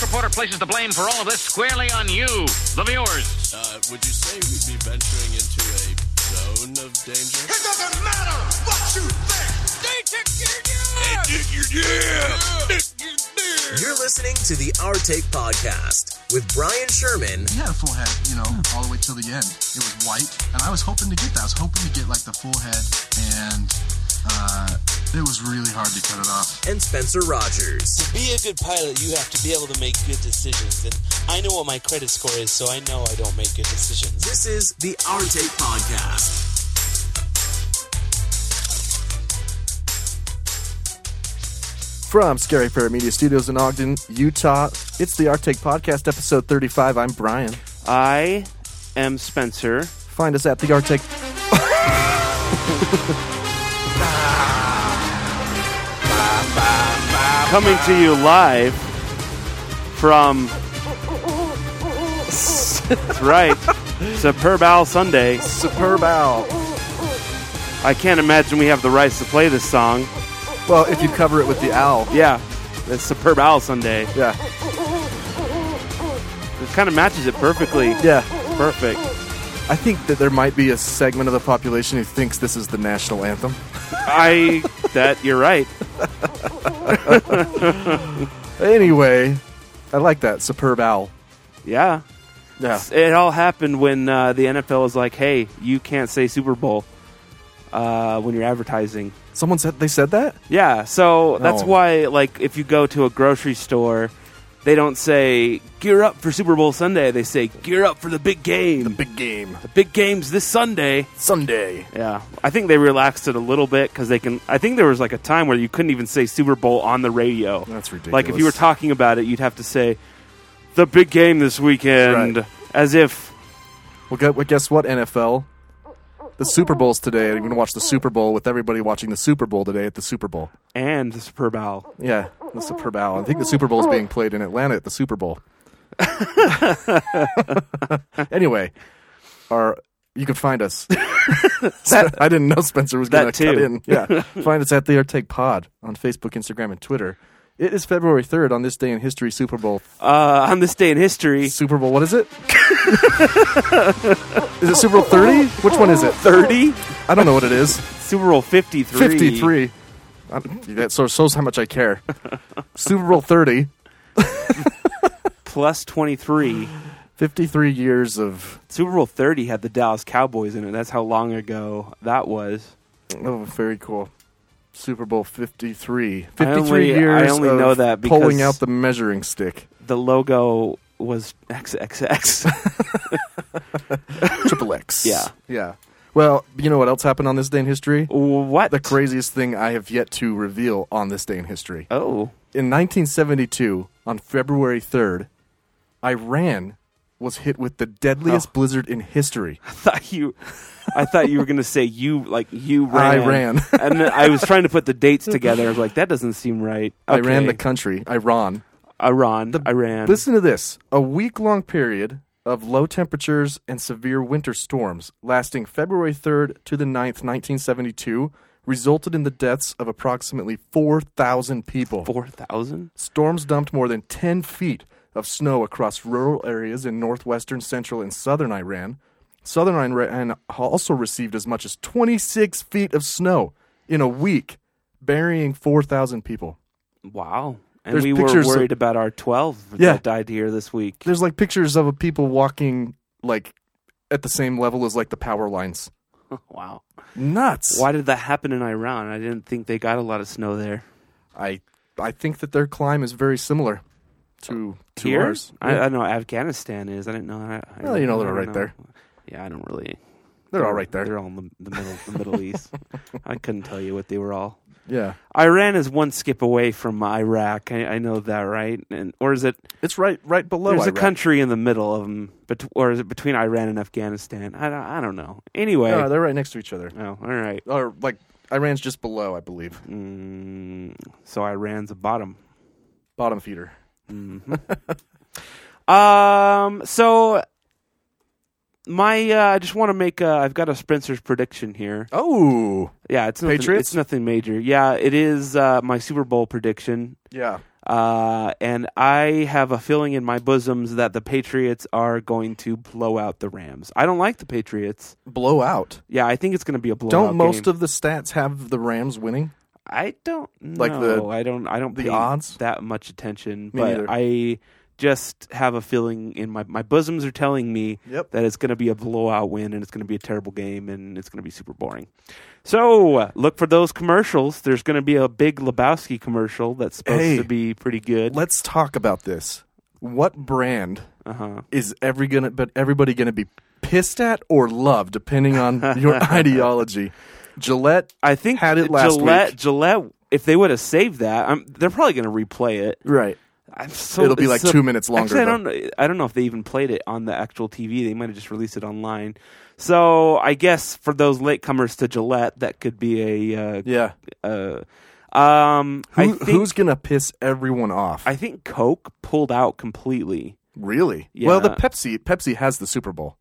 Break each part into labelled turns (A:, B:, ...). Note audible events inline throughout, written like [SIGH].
A: reporter places the blame for all of this squarely on you, the viewers.
B: Uh, would you say we'd be venturing into a zone of danger?
C: It doesn't matter what you think.
D: You're listening to the Our Take Podcast with Brian Sherman
E: He had a full head, you know, all the way till the end. It was white, and I was hoping to get that. I was hoping to get like the full head, and uh, it was really hard to cut it off.
D: and Spencer Rogers.
F: To be a good pilot, you have to be able to make good decisions. And I know what my credit score is, so I know I don't make good decisions.
D: This is the Our Take Podcast.
G: From Scary Fair Media Studios in Ogden, Utah, it's the Arctic Podcast, episode 35. I'm Brian.
H: I am Spencer.
G: Find us at the Arctic.
H: coming to you live from. That's right. Superb Owl Sunday.
G: Superb Owl.
H: I can't imagine we have the rights to play this song.
G: Well, if you cover it with the owl.
H: Yeah, it's Superb Owl Sunday.
G: Yeah.
H: It kind of matches it perfectly.
G: Yeah.
H: Perfect.
G: I think that there might be a segment of the population who thinks this is the national anthem.
H: I. That, you're right.
G: Anyway, I like that. Superb Owl.
H: Yeah.
G: Yeah.
H: It all happened when uh, the NFL was like, hey, you can't say Super Bowl uh, when you're advertising.
G: Someone said they said that?
H: Yeah, so that's
G: Oh.
H: why, like, if you go to a grocery store, they don't say "gear up for Super Bowl Sunday." They say "gear up for the big game." The big,
G: game.
H: game's this Sunday.
G: Sunday.
H: Yeah, I think they relaxed it a little bit because they can. I think there was like a time where you couldn't even say Super Bowl on the radio.
G: That's
H: Like if you were
G: ridiculous.
H: talking about it, you'd have to say the big game this weekend,
G: Right.
H: as if
G: Well, gu- well, guess what, NFL? The Super Bowl's today. I'm going to watch the Super Bowl with everybody watching the Super Bowl today at the Super Bowl.
H: and the Super Bowl.
G: Yeah, the Super Bowl. I think the Super Bowl is being played in Atlanta at the Super Bowl. [LAUGHS] anyway, our you can find us. [LAUGHS] I didn't know Spencer was going
H: That
G: to cut
H: too.
G: in. Yeah,
H: [LAUGHS]
G: find us at the Arteg Pod on Facebook, Instagram, and Twitter. It is February third on this day in history. Super Bowl.
H: Uh, on this day in history,
G: Super Bowl. What is it? is it Super Bowl thirty? Which one is it?
H: thirty
G: I don't know what it is.
H: Super Bowl fifty three.
G: 53. I don't- That so- shows how much I care. Super Bowl 30,
H: plus twenty three.
G: 53 years of
H: Super Bowl 30 had the Dallas Cowboys in it. That's how long ago that was.
G: oh, very cool. Super Bowl 53. 53
H: I only- I
G: years
H: only
G: of
H: know that
G: pulling out
H: because-
G: the measuring stick.
H: The logo was XXX.
G: [LAUGHS] Triple X.
H: [LAUGHS] Yeah.
G: Yeah. Well, you know what else happened on this day in history?
H: what?
G: The craziest thing I have yet to reveal on this day in history.
H: Oh,
G: In 1972, on February 3rd, Iran was hit with the deadliest
H: Oh.
G: blizzard in history.
H: I thought you. I thought you were gonna say you like you
G: I
H: ran.
G: ran.
H: [LAUGHS] and then I was trying to put the dates together. I was like, that doesn't seem right.
G: I ran the
H: Okay.
G: country, Iran.
H: Iran. Iran.
G: Listen to this. A week long period of low temperatures and severe winter storms lasting February 3rd to the 9th, 1972, resulted in the deaths of approximately 4,000 people.
H: Four thousand.
G: Storms dumped more than 10 feet of snow across rural areas in northwestern, central, and southern Iran. Southern Iran also received as much as 26 feet of snow in a week, burying 4,000 people.
H: Wow. And
G: There's
H: we were
G: pictures of-
H: worried about our twelve
G: Yeah.
H: that died here this week.
G: there's like pictures of people walking like at the same level as like the power lines.
H: [LAUGHS] Wow.
G: Nuts.
H: Why did that happen in Iran? I didn't think they got a lot of snow there.
G: I I think that their climb is very similar to to
H: Here?
G: ours.
H: I, I
G: Yeah.
H: don't know what Afghanistan is. I didn't know. I, I
G: Well, you know
H: I
G: they're
H: don't
G: right there.
H: Yeah, I don't really.
G: They're all right there.
H: They're all in the, the middle, the [LAUGHS] Middle East. I couldn't tell you what they were all.
G: yeah,
H: Iran is one skip away from Iraq. I, I know that, right? And or is it?
G: it's right right below.
H: There's
G: Iraq.
H: a country in the middle of them, bet- or is it between Iran and Afghanistan? I don't, I don't know. Anyway,
G: No, they're right next to each other.
H: oh, all right.
G: Or like Iran's just below, I believe.
H: Mm, so Iran's a bottom.
G: Bottom feeder.
H: Um. So my, uh, I just want to make. Uh, I've got a Spencer's prediction here.
G: Oh,
H: Yeah, it's nothing,
G: Patriots?
H: It's nothing major. Yeah, it is uh, my Super Bowl prediction.
G: yeah.
H: Uh, and I have a feeling in my bosoms that the Patriots are going to blow out the Rams. I don't like the Patriots.
G: Blow out.
H: Yeah, I think it's going to be a blowout.
G: Don't most
H: game.
G: of the stats have the Rams winning?
H: I don't know.
G: Like the-
H: I don't I don't
G: the
H: pay
G: odds?
H: that much
G: Me
H: attention, but
G: neither.
H: I just have a feeling in my my bosoms are telling me
G: Yep.
H: that it's going to be a blowout win and it's going to be a terrible game and it's going to be super boring. So look for those commercials. There's going to be a big Lebowski commercial that's supposed
G: Hey.
H: to be pretty good.
G: Let's talk about this. What brand
H: Uh-huh.
G: is every gonna but everybody gonna be pissed at or love, depending
H: [LAUGHS]
G: on your ideology? Gillette,
H: I think
G: had it last
H: Gillette.
G: week.
H: Gillette. If they would have saved that, i they're probably going to replay it.
G: right? [LAUGHS]
H: I'm so,
G: It'll be
H: it's
G: like
H: so-
G: two minutes longer,
H: Actually, I
G: though.
H: don't. know- I don't know if they even played it on the actual TV. They might have just released it online. So I guess for those latecomers to Gillette, that could be a. Uh,
G: Yeah.
H: Uh, um, I
G: Who,
H: think,
G: who's gonna piss everyone off?
H: I think Coke pulled out completely.
G: really? Well, the
H: Yeah.
G: Pepsi Pepsi has the Super Bowl.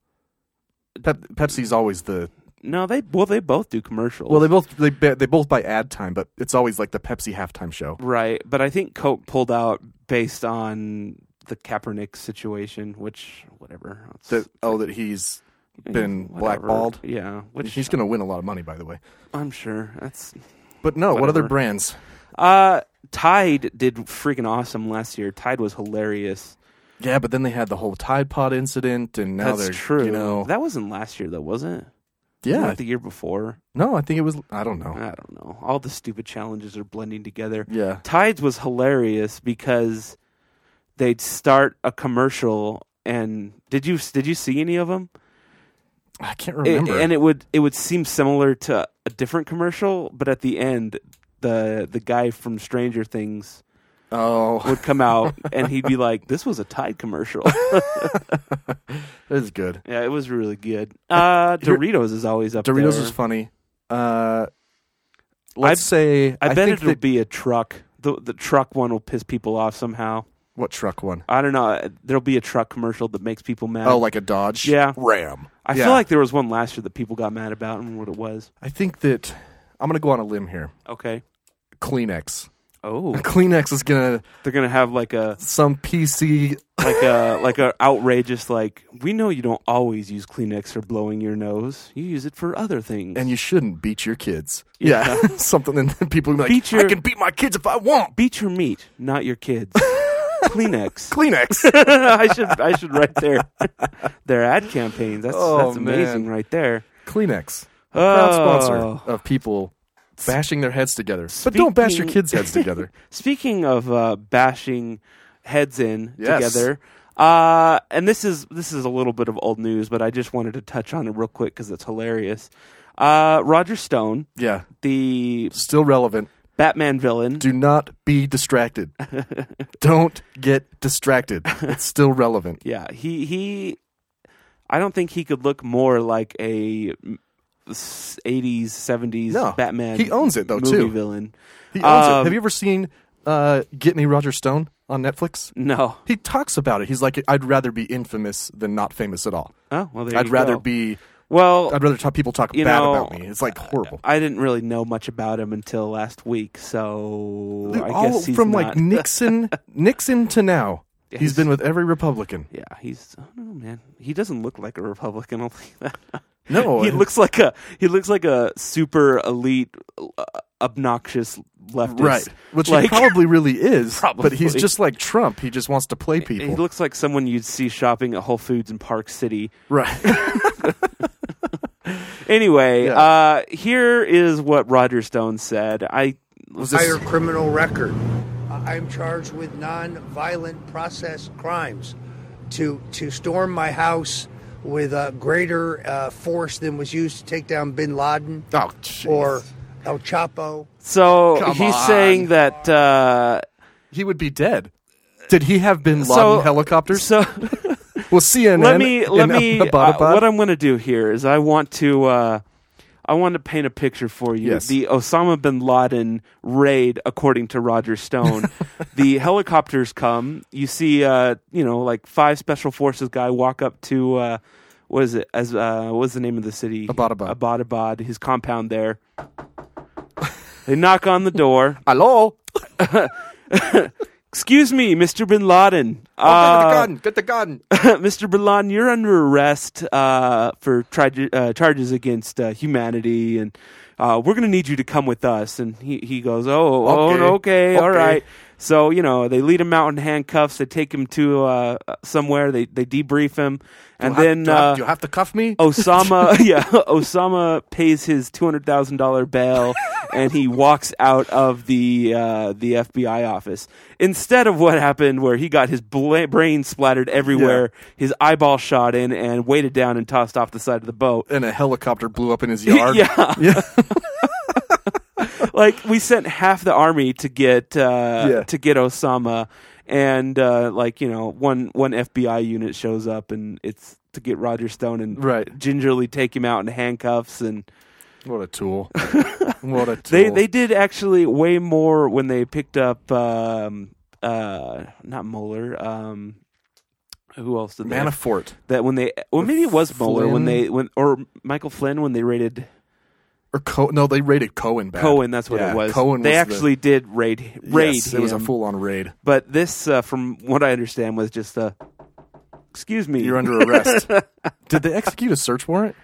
G: Pep, Pepsi's always the
H: No, they well they both do commercials.
G: well. They both they ba- they both buy ad time, but it's always like the Pepsi halftime show.
H: right, but I think Coke pulled out based on the Kaepernick situation, which whatever. It's-
G: That oh, that he's been
H: whatever.
G: blackballed.
H: Yeah, which
G: He's gonna win a lot of money, by the way.
H: I'm sure that's
G: But no, what other
H: Whatever.
G: brands?
H: Uh, Tide did freaking awesome last year. Tide was hilarious.
G: Yeah, but then they had the whole Tide Pod incident, and now
H: That's
G: they're
H: true.
G: You know,
H: that wasn't last year though, was it? Wasn't
G: yeah,
H: that the Uh, year before.
G: no, I think it was. I don't know.
H: I don't know. All the stupid challenges are blending together.
G: Yeah.
H: Tides was hilarious because they'd start a commercial and did you did you see any of them?
G: I can't remember.
H: and it would it would seem similar to a different commercial, but at the end, the the guy from Stranger Things
G: [LAUGHS] oh,
H: would come out and he'd be like, "This was a Tide commercial."
G: it's good.
H: yeah, it was really good.
G: [LAUGHS]
H: Uh,
G: Here-
H: Doritos is always up.
G: Doritos
H: there.
G: is funny. Uh, let's
H: I-
G: say
H: I, bet
G: think
H: it'll
G: that-
H: be a truck. The the truck one will piss people off somehow.
G: what truck one?
H: I don't know. There'll be a truck commercial that makes people mad.
G: Oh, like a Dodge.
H: Uh, Yeah.
G: Ram.
H: I
G: yeah.
H: feel like there was one last year that people got mad about and what it was.
G: I think that I'm gonna go on a limb here.
H: Okay.
G: Kleenex. [LAUGHS]
H: Oh,
G: Kleenex is gonna
H: [LAUGHS] they're gonna have like a
G: some PC.
H: like a like a outrageous like we know you don't always use Kleenex for blowing your nose. You use it for other things.
G: And you shouldn't beat your kids. Yeah, [LAUGHS] something. And then people will be like,
H: Beat your-
G: I can beat my kids if I want.
H: beat your meat, not
G: [LAUGHS]
H: your kids. Kleenex.
G: Kleenex. [LAUGHS]
H: [LAUGHS] I should I should write their [LAUGHS] their ad campaigns. That's
G: Oh,
H: that's amazing
G: man.
H: right there.
G: Kleenex, proud
H: Oh.
G: sponsor of people bashing their heads together. But don't bash your
H: Speaking-
G: kids' heads together.
H: [LAUGHS] Speaking of uh, bashing heads in
G: Yes.
H: together, uh, and this is this is a little bit of old news, but I just wanted to touch on it real quick because it's hilarious. Uh, Roger Stone,
G: [LAUGHS] yeah,
H: the
G: still relevant.
H: Batman villain,
G: Do not be
H: [LAUGHS]
G: distracted. don't get distracted. It's still relevant.
H: Yeah, he he. I don't think he could look more like a mm, s- '80s, '70s
G: No,
H: Batman.
G: he owns it, though,
H: movie
G: too.
H: Villain.
G: He owns it.
H: Um,
G: Have you ever seen uh, Get Me Roger Stone on Netflix?
H: No.
G: He talks about it. He's like, I'd rather be infamous than not famous at all.
H: Oh well, there
G: I'd
H: you
G: rather
H: go.
G: be.
H: Well,
G: I'd rather talk, people talk
H: You
G: bad
H: know,
G: about me. It's like horrible.
H: I didn't really know much about him until last week, so
G: Dude,
H: I
G: all
H: guess he's
G: from
H: not- [LAUGHS]
G: like Nixon, Nixon to now. he's
H: he's-
G: been with every Republican.
H: Yeah, he's. I don't know, man. He doesn't look like a Republican. [LAUGHS] I'll think that.
G: No,
H: he
G: and-
H: looks like a he looks like a super elite, uh, obnoxious leftist.
G: right? Which he
H: like,
G: probably really is. But he's
H: Probably.
G: just like Trump. He just wants to play people.
H: [LAUGHS] He looks like someone you'd see shopping at Whole Foods in Park City. [LAUGHS]
G: right.
H: Anyway,
G: Yeah.
H: uh, here is what Roger Stone said. I
G: Was
I: entire
G: this,
H: [LAUGHS]
I: criminal record. I am charged with non-violent process crimes. To to storm my house with uh, greater uh, force than was used to take down Bin Laden
G: oh, jeez.
I: or El Chapo.
H: so
G: Come
H: he's
G: on.
H: saying that uh,
G: he would be dead. Did he have Bin Laden
H: so
G: helicopters?
H: [LAUGHS] So
G: well, CNN.
H: let me let
G: and
H: me uh,
G: Abbottabad-
H: what I'm going to do here is I want to uh, I want to paint a picture for you.
G: Yes.
H: The Osama bin Laden raid, according to
G: [LAUGHS]
H: Roger Stone, the helicopters come. You see, uh, you know, like five special forces guy walk up to uh, what is it? As uh, what was the name of the city?
G: Abbottabad.
H: Abbottabad, his compound there.
G: [LAUGHS] Oh,
H: They knock on the door.
G: Hello.
H: Excuse me, Mr. Bin Laden.
G: get the
H: Uh,
G: gun! Get the
H: [LAUGHS]
G: gun!
H: Mr. Bin Laden, you're under arrest uh, for tri- uh, charges against uh, humanity, and uh, we're going to need you to come with us. And he, he goes, Oh, oh,
G: Okay.
H: okay, all
G: Okay.
H: right. So, you know, they lead him out in handcuffs. They take him to uh, somewhere. They, they debrief him. And
G: Do I-
H: then.
G: do, I-
H: uh,
G: do you have to cuff me? [LAUGHS]
H: Osama, [LAUGHS] yeah, Osama pays his two hundred thousand dollar bail, and he walks out of the uh, the FBI office. Instead of what happened, where he got his bla- brain splattered everywhere, his eyeball shot in, and weighted down and tossed off the side of the boat. [LAUGHS]
G: and a helicopter blew up in his yard.
H: Yeah.
G: Yeah.
H: like we sent half the army to get uh,
G: Yeah.
H: to get Osama, and uh, like you know one one FBI unit shows up and it's to get Roger Stone and
G: Right.
H: gingerly take him out in handcuffs and.
G: What a tool!
H: [LAUGHS]
G: What a tool!
H: They they did actually way more when they picked up um uh not Mueller um who else did they have?
G: Manafort
H: that when they well maybe it was Mueller
G: Flynn?
H: when they when or Michael Flynn when they raided
G: or Co- no, they raided Cohen bad.
H: Cohen that's what
G: Yeah,
H: it was
G: Cohen.
H: they
G: was
H: actually did raid
G: the,
H: raid
G: Yes, it was a
H: him.
G: full on raid.
H: but this uh, from what I understand was just a excuse me
G: You're under arrest. [LAUGHS] did they execute a search warrant?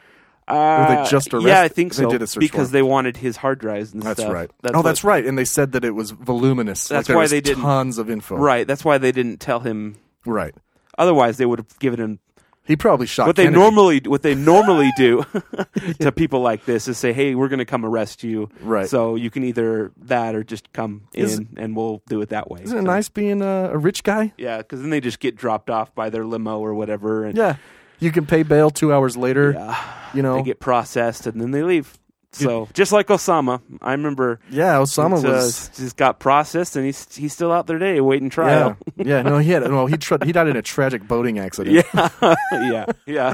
H: [LAUGHS] uh,
G: they just
H: yeah
G: arrested-
H: I think
G: they
H: so
G: did a search
H: because
G: warrant.
H: they wanted his hard drives and
G: That's
H: stuff
G: right. oh, that's
H: what-
G: right. And they said that it was voluminous. like
H: That's
G: there
H: why
G: was
H: they didn't-
G: tons of info.
H: right that's why they didn't tell him
G: right.
H: otherwise they would have given him
G: He probably shot.
H: what they
G: Kennedy.
H: normally what they normally
G: [LAUGHS]
H: do [LAUGHS] to people like this is say, "Hey, we're going to come arrest you."
G: Right.
H: So you can either that or just come
G: Is-
H: in, and we'll do it that way.
G: Isn't it
H: So-
G: nice being a, a rich guy?
H: Yeah, because then they just get dropped off by their limo or whatever, and
G: Yeah. You can pay bail two hours later. You know.
H: they get processed, and then they leave. So just like Osama, I remember
G: yeah, Osama
H: uh,
G: was.
H: just got processed, and he's he's still out there today waiting trial.
G: Yeah, yeah. No, he had. Well, he tra- he died in a tragic boating accident.
H: [LAUGHS] Yeah. [LAUGHS] yeah, yeah.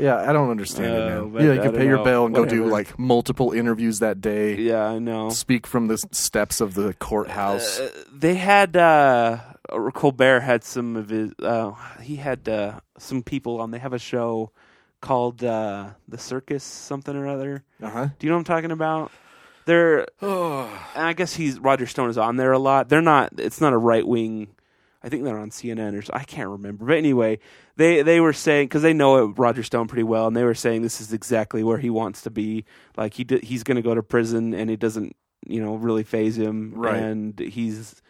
G: Yeah, I don't understand
H: Oh,
G: it,
H: but
G: man. Yeah, you
H: I
G: can pay
H: don't
G: your
H: know.
G: bail and go do
H: Whatever.
G: like multiple interviews that day.
H: Yeah, I know.
G: Speak from the s- steps of the courthouse.
H: they had uh Colbert had some of his uh he had uh some people on they have a show called uh the circus something or other.
G: Uh huh.
H: Do you know what I'm talking about?
G: [SIGHS]
H: They're and I guess he's Roger Stone is on there a lot. They're not it's not a right wing I think they're on CNN or so- I can't remember. But anyway, they they were saying cuz they know Roger Stone pretty well and they were saying this is exactly where he wants to be. Like he d- he's going to go to prison and it doesn't, you know, really phase him
G: Right.
H: and he's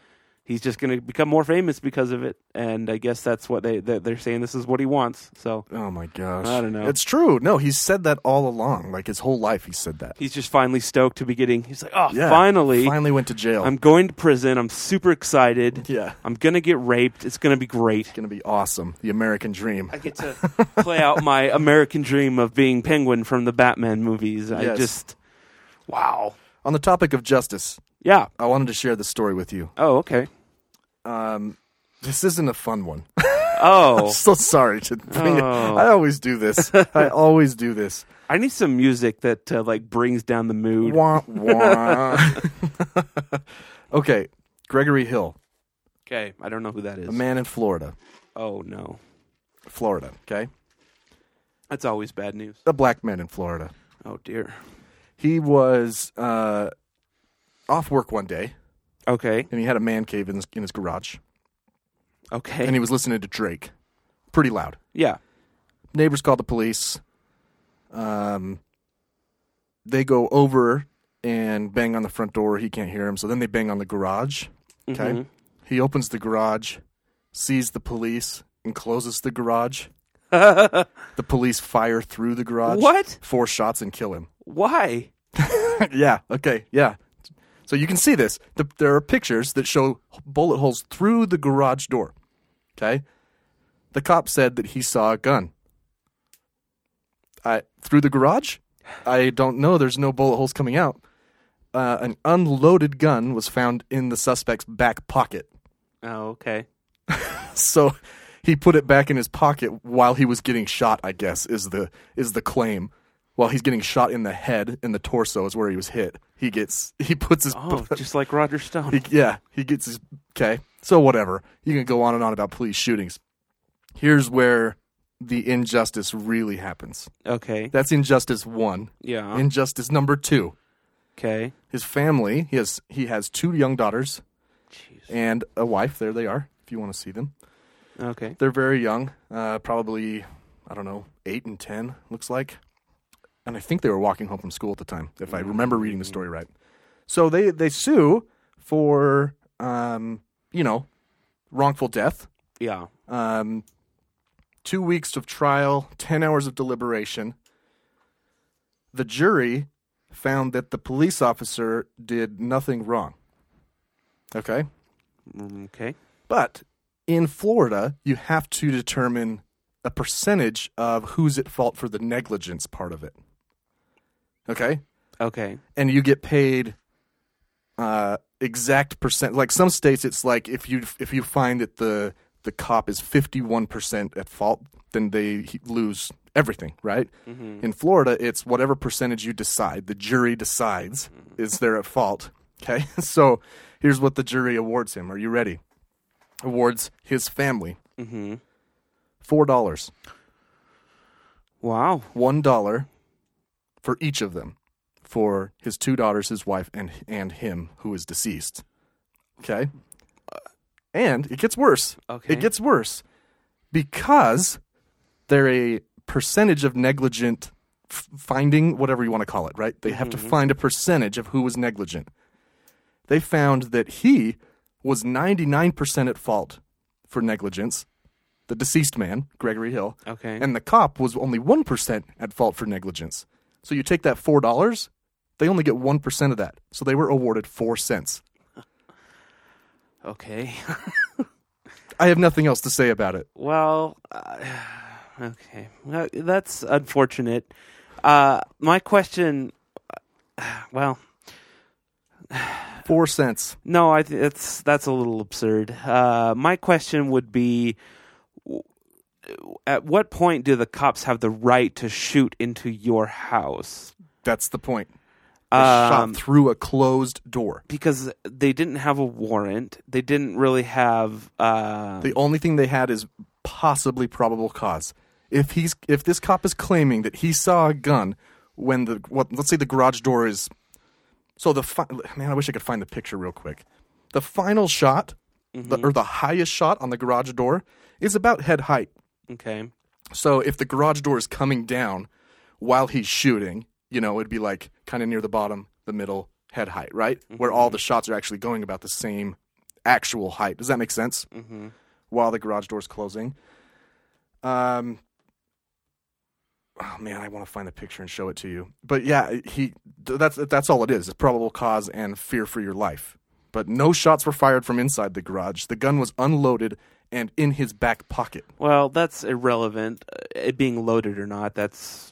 H: he's just going to become more famous because of it. And I guess that's what they they- they're saying this is what he wants. So
G: Oh my gosh.
H: I don't know.
G: It's true. No, he's said that all along. Like his whole life, he said that.
H: he's just finally stoked to be getting he's like, "Oh,
G: Yeah.
H: finally."
G: finally went to jail.
H: I'm going to prison. I'm super excited.
G: Oh. Yeah.
H: I'm going to get raped. It's going to be great.
G: gonna be awesome. The American dream.
H: I get to [LAUGHS] play out my American dream of being Penguin from the Batman movies. I
G: Yes.
H: just, wow.
G: On the topic of justice,
H: Yeah.
G: I wanted to share this story with you.
H: Oh, okay.
G: This isn't a fun one. [LAUGHS]
H: Oh,
G: so sorry to bring it.
H: Oh.
G: I always do this.
H: [LAUGHS]
G: I always do this.
H: I need some music that uh, like brings down the mood.
G: Wah,
H: [LAUGHS]
G: wah. [LAUGHS] okay, Gregory Hill,
H: Okay, I don't know who that is.
G: a man in Florida.
H: Oh no,
G: Florida, okay?
H: that's always bad news.
G: A black man in Florida.
H: Oh dear.
G: He was uh, off work one day
H: Okay.
G: and he had a man cave in his, in his garage
H: Okay.
G: and he was listening to Drake pretty loud.
H: yeah.
G: Neighbors called the police. Um, they go over and bang on the front door. He can't hear him. So then they bang on the garage. Okay. He opens the garage, sees the police, and closes the garage. the police fire through the garage.
H: What?
G: Four shots and kill him.
H: Why?
G: [LAUGHS] yeah. Okay. Yeah. So you can see this. The, there are pictures that show bullet holes through the garage door. Okay. The cop said that he saw a gun. I through the garage. I don't know. There's no bullet holes coming out. Uh, an unloaded gun was found in the suspect's back pocket.
H: Oh, okay.
G: So he put it back in his pocket while he was getting shot. I guess is the is the claim. While he's getting shot in the head and the torso is where he was hit. He gets he puts his
H: Oh, just like Roger
G: [LAUGHS]
H: Stone.
G: he, yeah, he gets his okay. So whatever. You can go on and on about police shootings. Here's where the injustice really happens.
H: Okay.
G: That's injustice 1.
H: Yeah.
G: Injustice number 2.
H: Okay.
G: His family, he has he has two young daughters. and a wife. There they are. If you want to see them,
H: Okay.
G: they're very young. Uh, probably I don't know eight and ten looks like. And I think they were walking home from school at the time, if I remember reading the story right. So they they sue for um, you know wrongful death.
H: Yeah.
G: um, two weeks of trial, 10 hours of deliberation. The jury found that the police officer did nothing wrong. Okay?
H: Okay.
G: But in Florida, you have to determine a percentage of who's at fault for the negligence part of it. Okay?
H: Okay.
G: and you get paid uh, exact percent. Like some states, it's like if you if you find that the the cop is fifty one percent at fault, then they he- lose everything. Right? In Florida, it's whatever percentage you decide. The jury decides is they're at fault. Okay, [LAUGHS] so here's what the jury awards him. Are you ready? Awards his family four dollars,
H: Wow.
G: one dollar for each of them for his two daughters, his wife, and and him who is deceased. Okay. Uh, And it gets worse.
H: Okay.
G: It gets worse because they're a percentage of negligent f- finding, whatever you want to call it, right? They have to find a percentage of who was negligent. They found that he was 99% at fault for negligence, the deceased man, Gregory Hill.
H: Okay.
G: And the cop was only 1% at fault for negligence. So you take that $4, they only get 1% of that. So they were awarded 4 cents.
H: Okay. [LAUGHS]
G: I have nothing else to say about it.
H: Well, uh, [SIGHS] okay, well, that's unfortunate. Uh, my question, [SIGHS] well,
G: 4 cents.
H: no, I th- that's that's a little absurd. Uh, my question would be, w- at what point do the cops have the right to shoot into your house?
G: That's the point. They shot through a closed door.
H: Because they didn't have a warrant, they didn't really have. Uh,
G: The only thing they had is possibly probable cause. If he's if this cop is claiming that he saw a gun when the what let's say the garage door is so the fi- man I wish I could find the picture real quick. The final shot the, or the highest shot on the garage door is about head height.
H: okay,
G: So if the garage door is coming down while he's shooting, you know, it'd be like kind of near the bottom, the middle, head height, right? Where all the shots are actually going about the same actual height. Does that make sense? Mm-hmm. While the garage door is closing. Um. Oh man, I want to find the picture and show it to you. But yeah, he th- that's that's all it is. It's probable cause and fear for your life. But no shots were fired from inside the garage. The gun was unloaded and in his back pocket.
H: well, that's irrelevant. Uh, It being loaded or not, that's.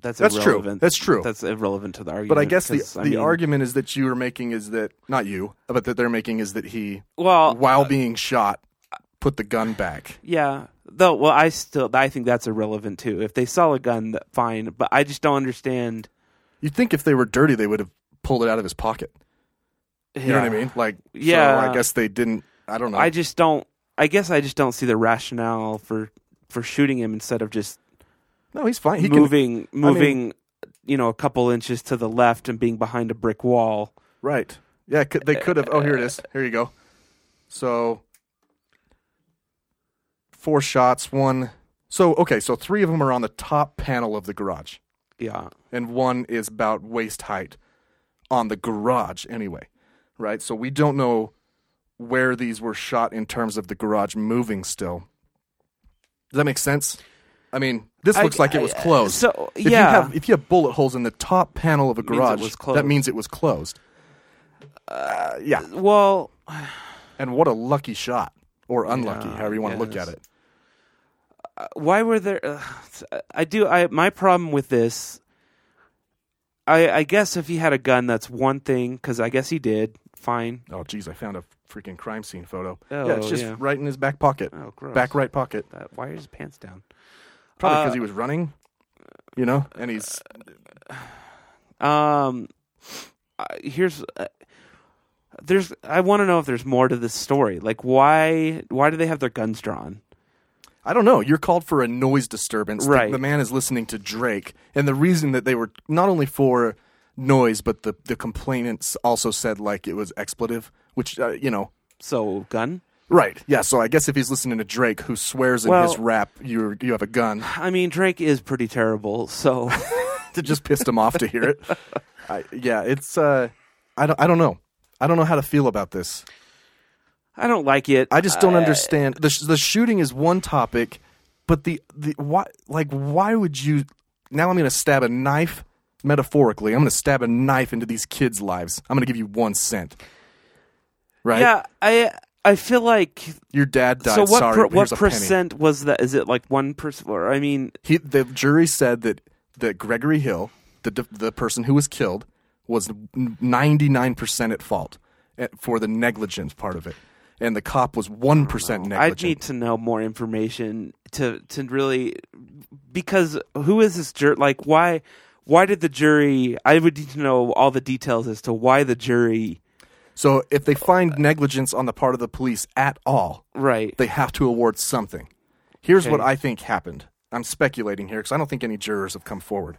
H: That's,
G: That's true.
H: irrelevant.
G: That's true.
H: That's irrelevant to the argument.
G: But I guess the
H: 'cause,
G: the
H: I mean-
G: argument is that you are making is that not you, but that they're making is that he,
H: Well, uh,
G: while being shot, put the gun back.
H: Yeah. Though, well, I still I think that's irrelevant too. If they saw a gun, th- fine. But I just don't understand.
G: You'd think if they were dirty, they would have pulled it out of his pocket. You know what I
H: Yeah.
G: mean? Like, so
H: Yeah.
G: I guess they didn't. I don't know.
H: I just don't. I guess I just don't see the rationale for for shooting him instead of just
G: no, he's fine. He
H: moving
G: can, I mean-
H: moving you know a couple inches to the left and being behind a brick wall.
G: Right. Yeah, could, they could have. Oh, here it is. Here you go. So, four shots. One. So okay. So three of them are on the top panel of the garage.
H: Yeah.
G: and one is about waist height on the garage anyway, right? So we don't know where these were shot in terms of the garage moving still. Does that make sense? I mean, this
H: I-
G: looks like it was
H: I- uh,
G: closed.
H: so,
G: if you
H: yeah.
G: have if you have bullet holes in the top panel of a
H: means it
G: garage,
H: was
G: that
H: closed.
G: means it was closed. Uh, yeah,
H: Well,
G: and what a lucky shot or unlucky, however you want to look
H: yes.
G: at it.
H: why were there uh, i do i my problem with this i i guess if he had a gun that's one thing because i guess he did fine
G: Oh, geez, I found a freaking crime scene photo.
H: Oh,
G: yeah, it's just
H: yeah.
G: right in his back pocket.
H: Oh, gross.
G: Back right pocket.
H: that, why are his pants down
G: Probably
H: Uh,
G: because he was running, you know, and he's
H: um I- here's uh, there's i want to know if there's more to this story like why why do they have their guns drawn
G: I don't know. You're called for a noise disturbance. The-
H: Right.
G: The, man is listening to Drake, and the reason that they were not only for noise, but the the complainants also said like it was expletive, which uh, you know.
H: So gun.
G: Right. Yeah. So I guess if he's listening to Drake, who swears in his
H: Well-
G: rap, you you have a
H: [LAUGHS]
G: gun.
H: I mean, Drake is pretty terrible. So [LAUGHS]
G: It just pissed him off to hear it. I, yeah. It's. Uh, I don't. I don't know. I don't know how to feel about this.
H: I don't like it.
G: I just don't
H: Uh,
G: understand. The, sh- the shooting is one topic, but the, the why like why would you now I'm going to stab a knife metaphorically. I'm going to stab a knife into these kids' lives. I'm going to give you 1 cent. Right?
H: Yeah, I I feel like.
G: Your dad died.
H: so what?
G: Sorry,
H: per,
G: but here's
H: what
G: a penny.
H: percent was that? Is it like one percent? Or I mean,
G: He, the jury said that that Gregory Hill, the d- the person who was killed, was 99% at fault eh, for the negligence part of it. And the cop was 1% negligent.
H: I'd need to know more information to to really because who is this jury? Like why why did the jury? I would need to know all the details as to why the jury.
G: So if they find negligence on the part of the police at all,
H: Right.
G: they have to award something. Here's what
H: Okay.
G: I think happened. I'm speculating here because I don't think any jurors have come forward.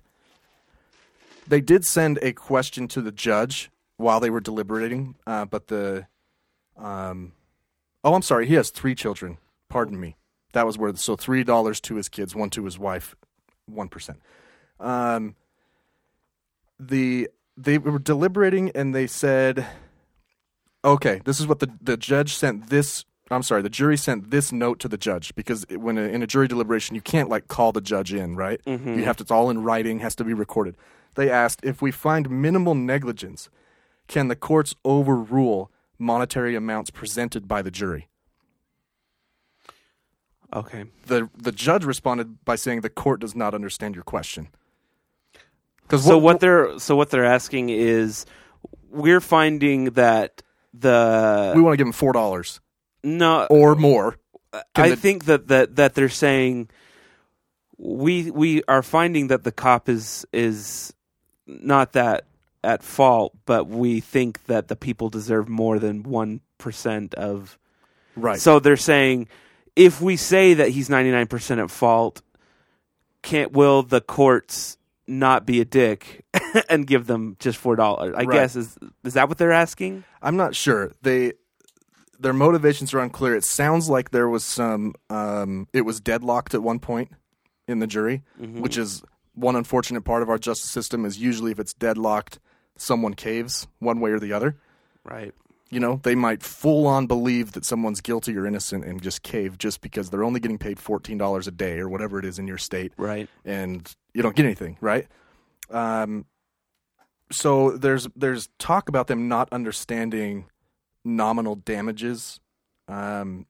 G: They did send a question to the judge while they were deliberating, uh, but the, um, oh, I'm sorry, he has three children. Pardon me. That was where so three dollars to his kids, one to his wife, one percent. Um, the they were deliberating and they said okay, this is what the, the judge sent this. I'm sorry, the jury sent this note to the judge because it- when a, in a jury deliberation, you can't like call the judge in, right?
H: Mm-hmm.
G: You have to, it's all in writing, has to be recorded. They asked if we find minimal negligence, can the courts overrule monetary amounts presented by the jury?
H: Okay.
G: The, the judge responded by saying the court does not understand your question. Because
H: So what they're so what they're asking is we're finding that the
G: we want to give him four dollars
H: no
G: or more. Can
H: I
G: the-
H: think that, that that they're saying we we are finding that the cop is is not that at fault, but we think that the people deserve more than one percent of.
G: Right.
H: So they're saying if we say that he's ninety nine percent at fault, can't will the courts not be a dick [LAUGHS] and give them just four dollars? I
G: Right.
H: guess is is that what they're asking?
G: I'm not sure. They their motivations are unclear. It sounds like there was some um, it was deadlocked at one point in the jury, which is one unfortunate part of our justice system is usually if it's deadlocked, someone caves one way or the other.
H: Right.
G: You know, they might full on believe that someone's guilty or innocent and just cave just because they're only getting paid fourteen dollars a day or whatever it is in your state
H: Right.
G: and you don't get anything, right? Um, so there's there's talk about them not understanding nominal damages um,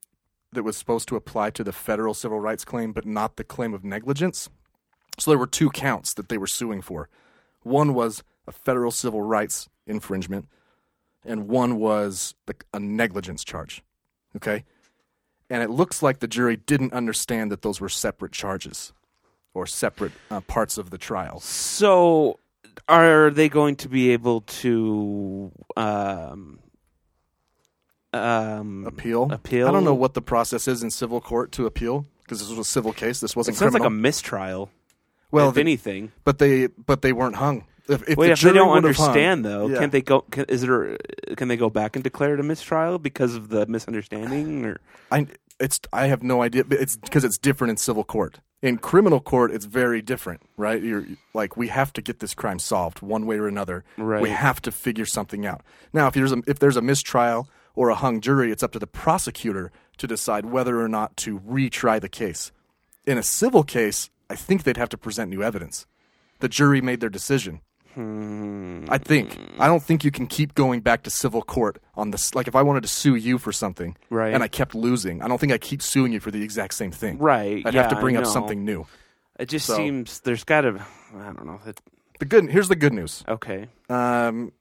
G: that was supposed to apply to the federal civil rights claim, but not the claim of negligence. So there were two counts that they were suing for. One was a federal civil rights infringement, and one was the, a negligence charge. Okay, and it looks like the jury didn't understand that those were separate charges or separate uh, parts of the trial.
H: So, are they going to be able to um, um,
G: Appeal.
H: Appeal.
G: I don't know what the process is in civil court to appeal because this was a civil case. This
H: It
G: wasn't
H: sounds like
G: criminal.
H: a mistrial.
G: well,
H: if
G: the-
H: anything,
G: but they but they weren't hung. If, if
H: wait.
G: the
H: if they
G: jury
H: don't
G: would have hung-
H: understand, though,
G: Yeah.
H: can't they go? Can, is there? Can they go back and declare it a mistrial because of the misunderstanding? Or
G: I it's I have no idea. But it's because it's different in civil court. In criminal court, it's very different, right? You're like we have to get this crime solved one way or another.
H: Right.
G: We have to figure something out. Now, if there's a, if there's a mistrial or a hung jury, it's up to the prosecutor to decide whether or not to retry the case. In a civil case, I think they'd have to present new evidence. The jury made their decision.
H: Hmm.
G: I think. I don't think you can keep going back to civil court on this. Like, if I wanted to sue you for something,
H: Right.
G: and I kept losing, I don't think I keep suing you for the exact same thing,
H: Right,
G: I'd
H: yeah,
G: have to bring
H: I
G: up
H: know.
G: something new.
H: it just
G: So-
H: seems there's got to. I don't know. It,
G: The good here's the good news.
H: okay.
G: Um,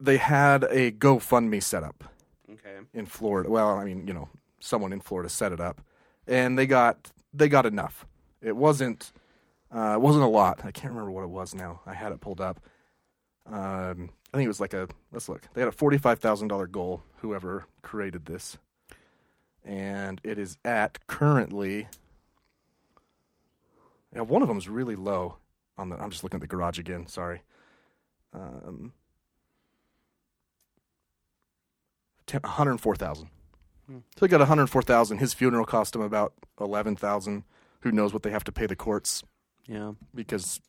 G: they had a GoFundMe set up
H: Okay.
G: in Florida. Well, I mean, you know, someone in Florida set it up, and they got they got enough. It wasn't uh, it wasn't a lot. I can't remember what it was now. I had it pulled up. Um, I think it was like a let's look. They had a forty five thousand dollar goal. Whoever created this, and it is at currently. Yeah, one of them is really low. on the. I'm just looking at the garage again. Sorry. Um, ten- 104,000. So he got 104,000. His funeral cost him about 11,000. Who knows what they have to pay the courts
H: Yeah.
G: because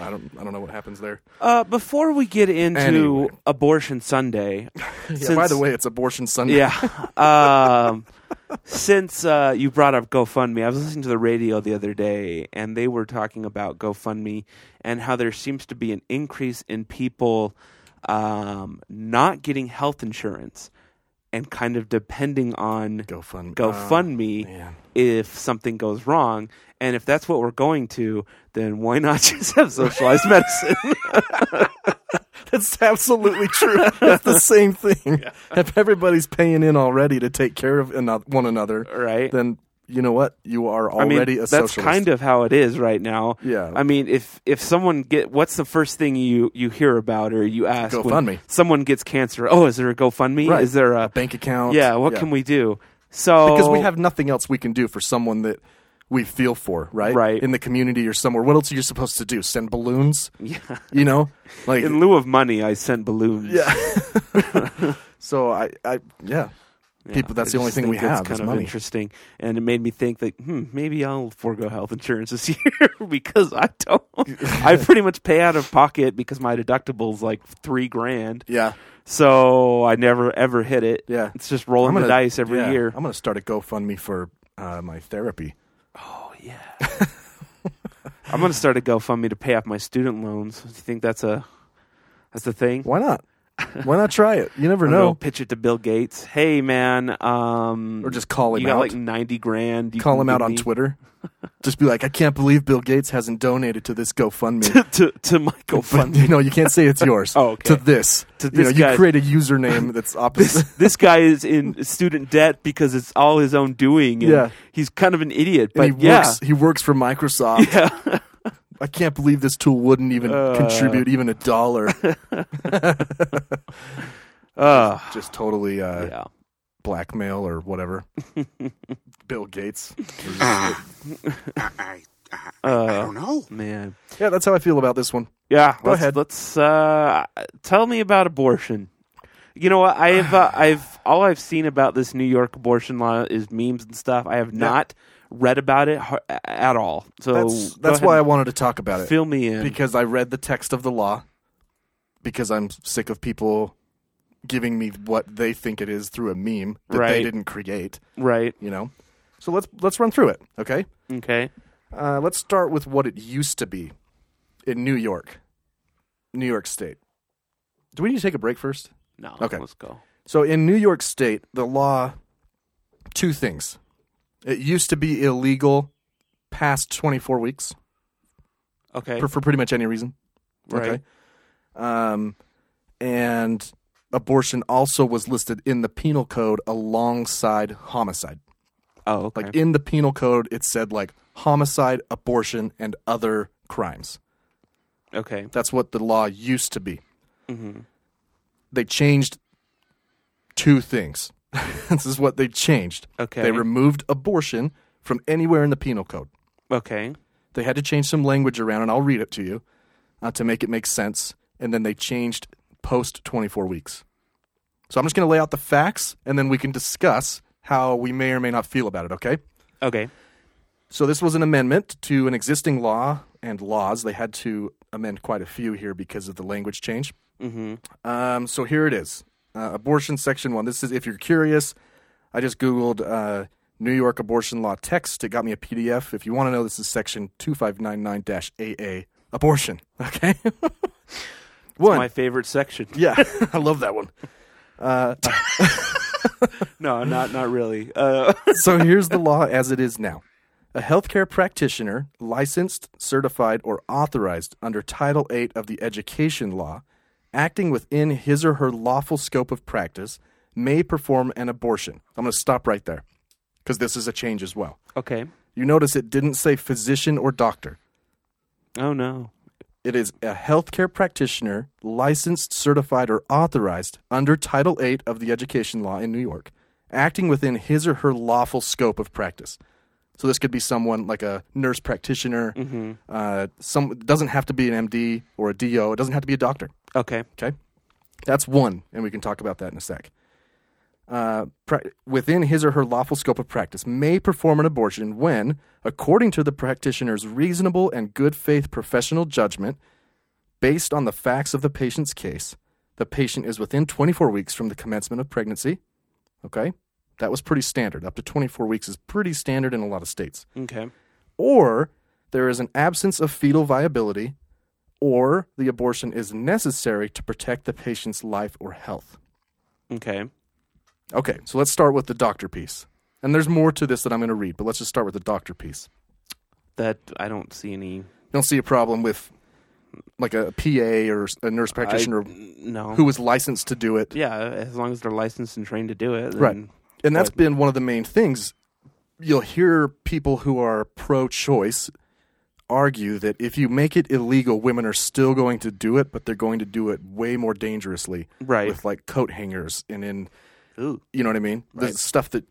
G: I don't I don't know what happens
H: [LAUGHS]
G: there.
H: Uh, before we get into
G: Anyway.
H: Abortion Sunday,
G: Yeah,
H: since-
G: by the way, it's abortion Sunday.
H: Yeah. [LAUGHS] Um, since uh, you brought up GoFundMe, I was listening to the radio the other day, and they were talking about GoFundMe and how there seems to be an increase in people um, not getting health insurance and kind of depending on
G: GoFundMe.
H: GoFundMe if something goes wrong. And if that's what we're going to, then why not [LAUGHS] just have socialized medicine?
G: [LAUGHS] That's absolutely true. [LAUGHS] That's the same thing. [LAUGHS] If everybody's paying in already to take care of ano- one another,
H: Right.
G: Then you know what? You are
H: I mean,
G: already a
H: that's
G: socialist.
H: kind of how it is right now.
G: Yeah.
H: I mean, if if someone get what's the first thing you you hear about or you ask when
G: GoFundMe.
H: someone gets cancer? Oh, is there a GoFundMe?
G: Right.
H: Is there a,
G: bank account.
H: Yeah. What can we do? So
G: Because we have nothing else we can do for someone that we feel for, right?
H: Right.
G: In the community or somewhere. What else are you supposed to do? Send balloons? Yeah. You
H: [LAUGHS]
G: know, like
H: in lieu of money, I sent balloons.
G: Yeah. [LAUGHS] so I, I yeah. People, that's
H: I
G: the only
H: just
G: thing
H: think
G: we
H: that's
G: have
H: Kind
G: is
H: of
G: money.
H: interesting, and it made me think that hmm, maybe I'll forego health insurance this [LAUGHS] year because I
G: [LAUGHS]
H: don't. I pretty much pay out of pocket because my deductible's like three grand.
G: Yeah.
H: So I never ever hit it.
G: Yeah.
H: It's just rolling
G: I'm
H: the
G: gonna-
H: dice every
G: yeah,
H: year.
G: I'm going to start a GoFundMe for uh, my therapy.
H: I'm gonna start a GoFundMe to pay off my student loans. Do you think that's a that's the thing?
G: Why not? Why not try it? You never
H: I'm gonna
G: know.
H: Pitch it to Bill Gates. Hey man, um,
G: Or just call him
H: you got
G: out.
H: like ninety grand. You
G: Call
H: can
G: him out
H: give
G: on
H: me
G: Twitter. Just be like, I can't believe Bill Gates hasn't donated to this GoFundMe.
H: [LAUGHS] [LAUGHS] to to my
G: [LAUGHS] But,
H: GoFundMe.
G: you know, you can't say it's yours.
H: [LAUGHS] Oh, okay.
G: To this.
H: To
G: You, know,
H: this
G: you
H: guy.
G: create a username that's opposite.
H: [LAUGHS] this guy is in student debt because it's all his own doing. And
G: Yeah.
H: he's kind of an idiot,
G: and
H: but
G: he
H: yeah,
G: works. He works for Microsoft. [LAUGHS] I can't believe this tool wouldn't even contribute even a
H: [LAUGHS]
G: dollar.
H: uh,
G: Just totally uh,
H: yeah.
G: blackmail or
H: [LAUGHS]
G: whatever. Bill Gates.
H: I don't know, man.
G: Yeah, that's how I feel about this one.
H: Yeah,
G: Go
H: let's,
G: ahead.
H: Let's uh, tell me about abortion. You know what?
G: [SIGHS]
H: I've uh, I've all I've seen about this New York abortion law is memes and stuff. I have not read about it har- at all. So
G: That's
H: go
G: that's
H: ahead
G: why I
H: and
G: wanted to talk about it
H: fill me in.
G: because I read the text of the law because I'm sick of people giving me what they think it is through a meme that they
H: Right.
G: didn't create.
H: right?
G: You know, so let's let's run through it. Okay,
H: Okay.
G: uh, let's start with what it used to be in New York, New York State. Do we need to take a break first?
H: No.
G: Okay.
H: Let's go.
G: So in New York State, the law, two things. It used to be illegal past 24 weeks
H: Okay.
G: for, for pretty much any reason.
H: Right.
G: Um, and abortion also was listed in the penal code alongside homicide.
H: Oh, okay.
G: Like in the penal code, it said like homicide, abortion, and other crimes.
H: okay.
G: That's what the law used to be. They changed two things. [LAUGHS] this is what they changed.
H: Okay.
G: They removed abortion from anywhere in the penal code.
H: Okay.
G: They had to change some language around, and I'll read it to you uh, to make it make sense. And then they changed post 24 weeks. So I'm just going to lay out the facts, and then we can discuss how we may or may not feel about it, okay?
H: Okay.
G: So this was an amendment to an existing law and laws. They had to amend quite a few here because of the language change. Mm-hmm. Um, so here it is, uh, abortion section one. This is if you're curious. I just googled uh, New York abortion law text. It got me a PDF. If you want to know, this is section two five nine nine AA abortion. [LAUGHS] Okay. one.
H: My favorite section. [LAUGHS]
G: yeah, [LAUGHS] I love that one.
H: No, not not really. Uh,
G: so here's the law as it is now. A healthcare practitioner licensed, certified, or authorized under Title VIII of the Education Law, acting within his or her lawful scope of practice, may perform an abortion. I'm going to stop right there because this is a change as well.
H: okay.
G: You notice it didn't say physician or doctor.
H: Oh no.
G: It is a healthcare practitioner licensed, certified, or authorized under Title VIII of the Education Law in New York, acting within his or her lawful scope of practice. So this could be someone like a nurse practitioner. Uh, some it doesn't have to be an MD or a DO. It doesn't have to be a doctor.
H: Okay.
G: Okay, that's one, and we can talk about that in a sec. Uh, pra- within his or her lawful scope of practice, may perform an abortion when, according to the practitioner's reasonable and good faith professional judgment, based on the facts of the patient's case, the patient is within 24 weeks from the commencement of pregnancy. Okay, that was pretty standard. Up to 24 weeks is pretty standard in a lot of states
H: Okay.
G: or there is an absence of fetal viability, or the abortion is necessary to protect the patient's life or health.
H: Okay.
G: Okay, so let's start with the doctor piece. And there's more to this that I'm going to read, but let's just start with the doctor piece.
H: That I don't see any.
G: You don't see a problem with like a PA or a nurse practitioner
H: No.
G: who was licensed to do it.
H: Yeah, as long as they're licensed and trained to do it.
G: Right.
H: then-
G: And that's
H: Right.
G: been one of the main things. You'll hear people who are pro choice argue that if you make it illegal, women are still going to do it, but they're going to do it way more dangerously.
H: Right.
G: With like coat hangers and in,
H: Ooh.
G: you know what I mean? The stuff that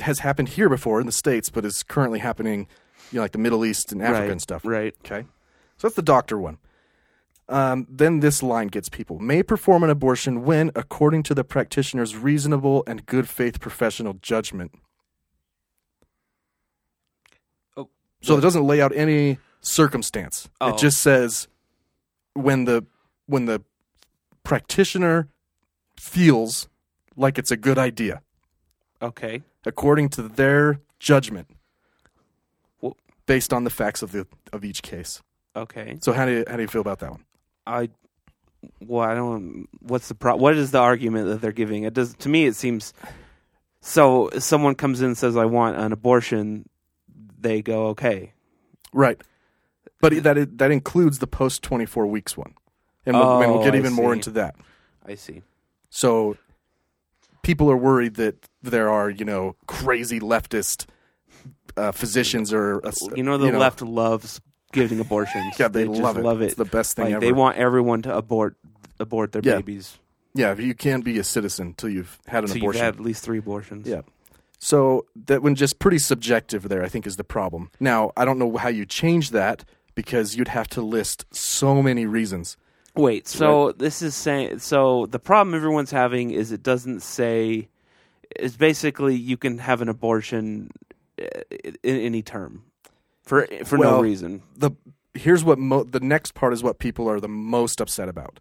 G: has happened here before in the States, but is currently happening, you know, like the Middle East and Africa
H: Right,
G: and stuff.
H: right.
G: Okay. So that's the doctor one. Um, then this line gets people may perform an abortion when, according to the practitioner's reasonable and good faith professional judgment.
H: Oh.
G: So it doesn't lay out any circumstance.
H: Oh.
G: It just says when the when the practitioner feels like it's a good idea
H: Okay.
G: according to their judgment
H: Well-
G: based on the facts of the of each case.
H: Okay.
G: So how do you, how do you feel about that one?
H: I. Well, I don't. What's the pro? What is the argument that they're giving? It does to me. It seems. So if someone comes in and says, "I want an abortion," they go, "Okay."
G: Right. But it- that it, that includes the post 24 weeks one. And we'll, and we'll
H: Oh,
G: get
H: I
G: even more
H: see.
G: into that.
H: I see.
G: So people are worried that there are, you know, crazy leftist uh, physicians or uh,
H: You know, the left loves giving
G: [LAUGHS]
H: abortions.
G: Yeah, they
H: just
G: love it.
H: Love it.
G: It's the best thing
H: Like,
G: ever.
H: They want everyone to abort abort their
G: Yeah.
H: babies.
G: Yeah, you can't be a citizen until you've had an
H: So you've
G: abortion.
H: had at least three abortions.
G: Yeah. So that one just pretty subjective there, I think, is the problem. Now, I don't know how you change that because you'd have to list so many reasons.
H: Wait, so this is saying so the problem everyone's having is it doesn't say it's basically you can have an abortion uh, in any term for for no
G: Well,
H: reason.
G: The here's what mo- the next part is what people are the most upset about.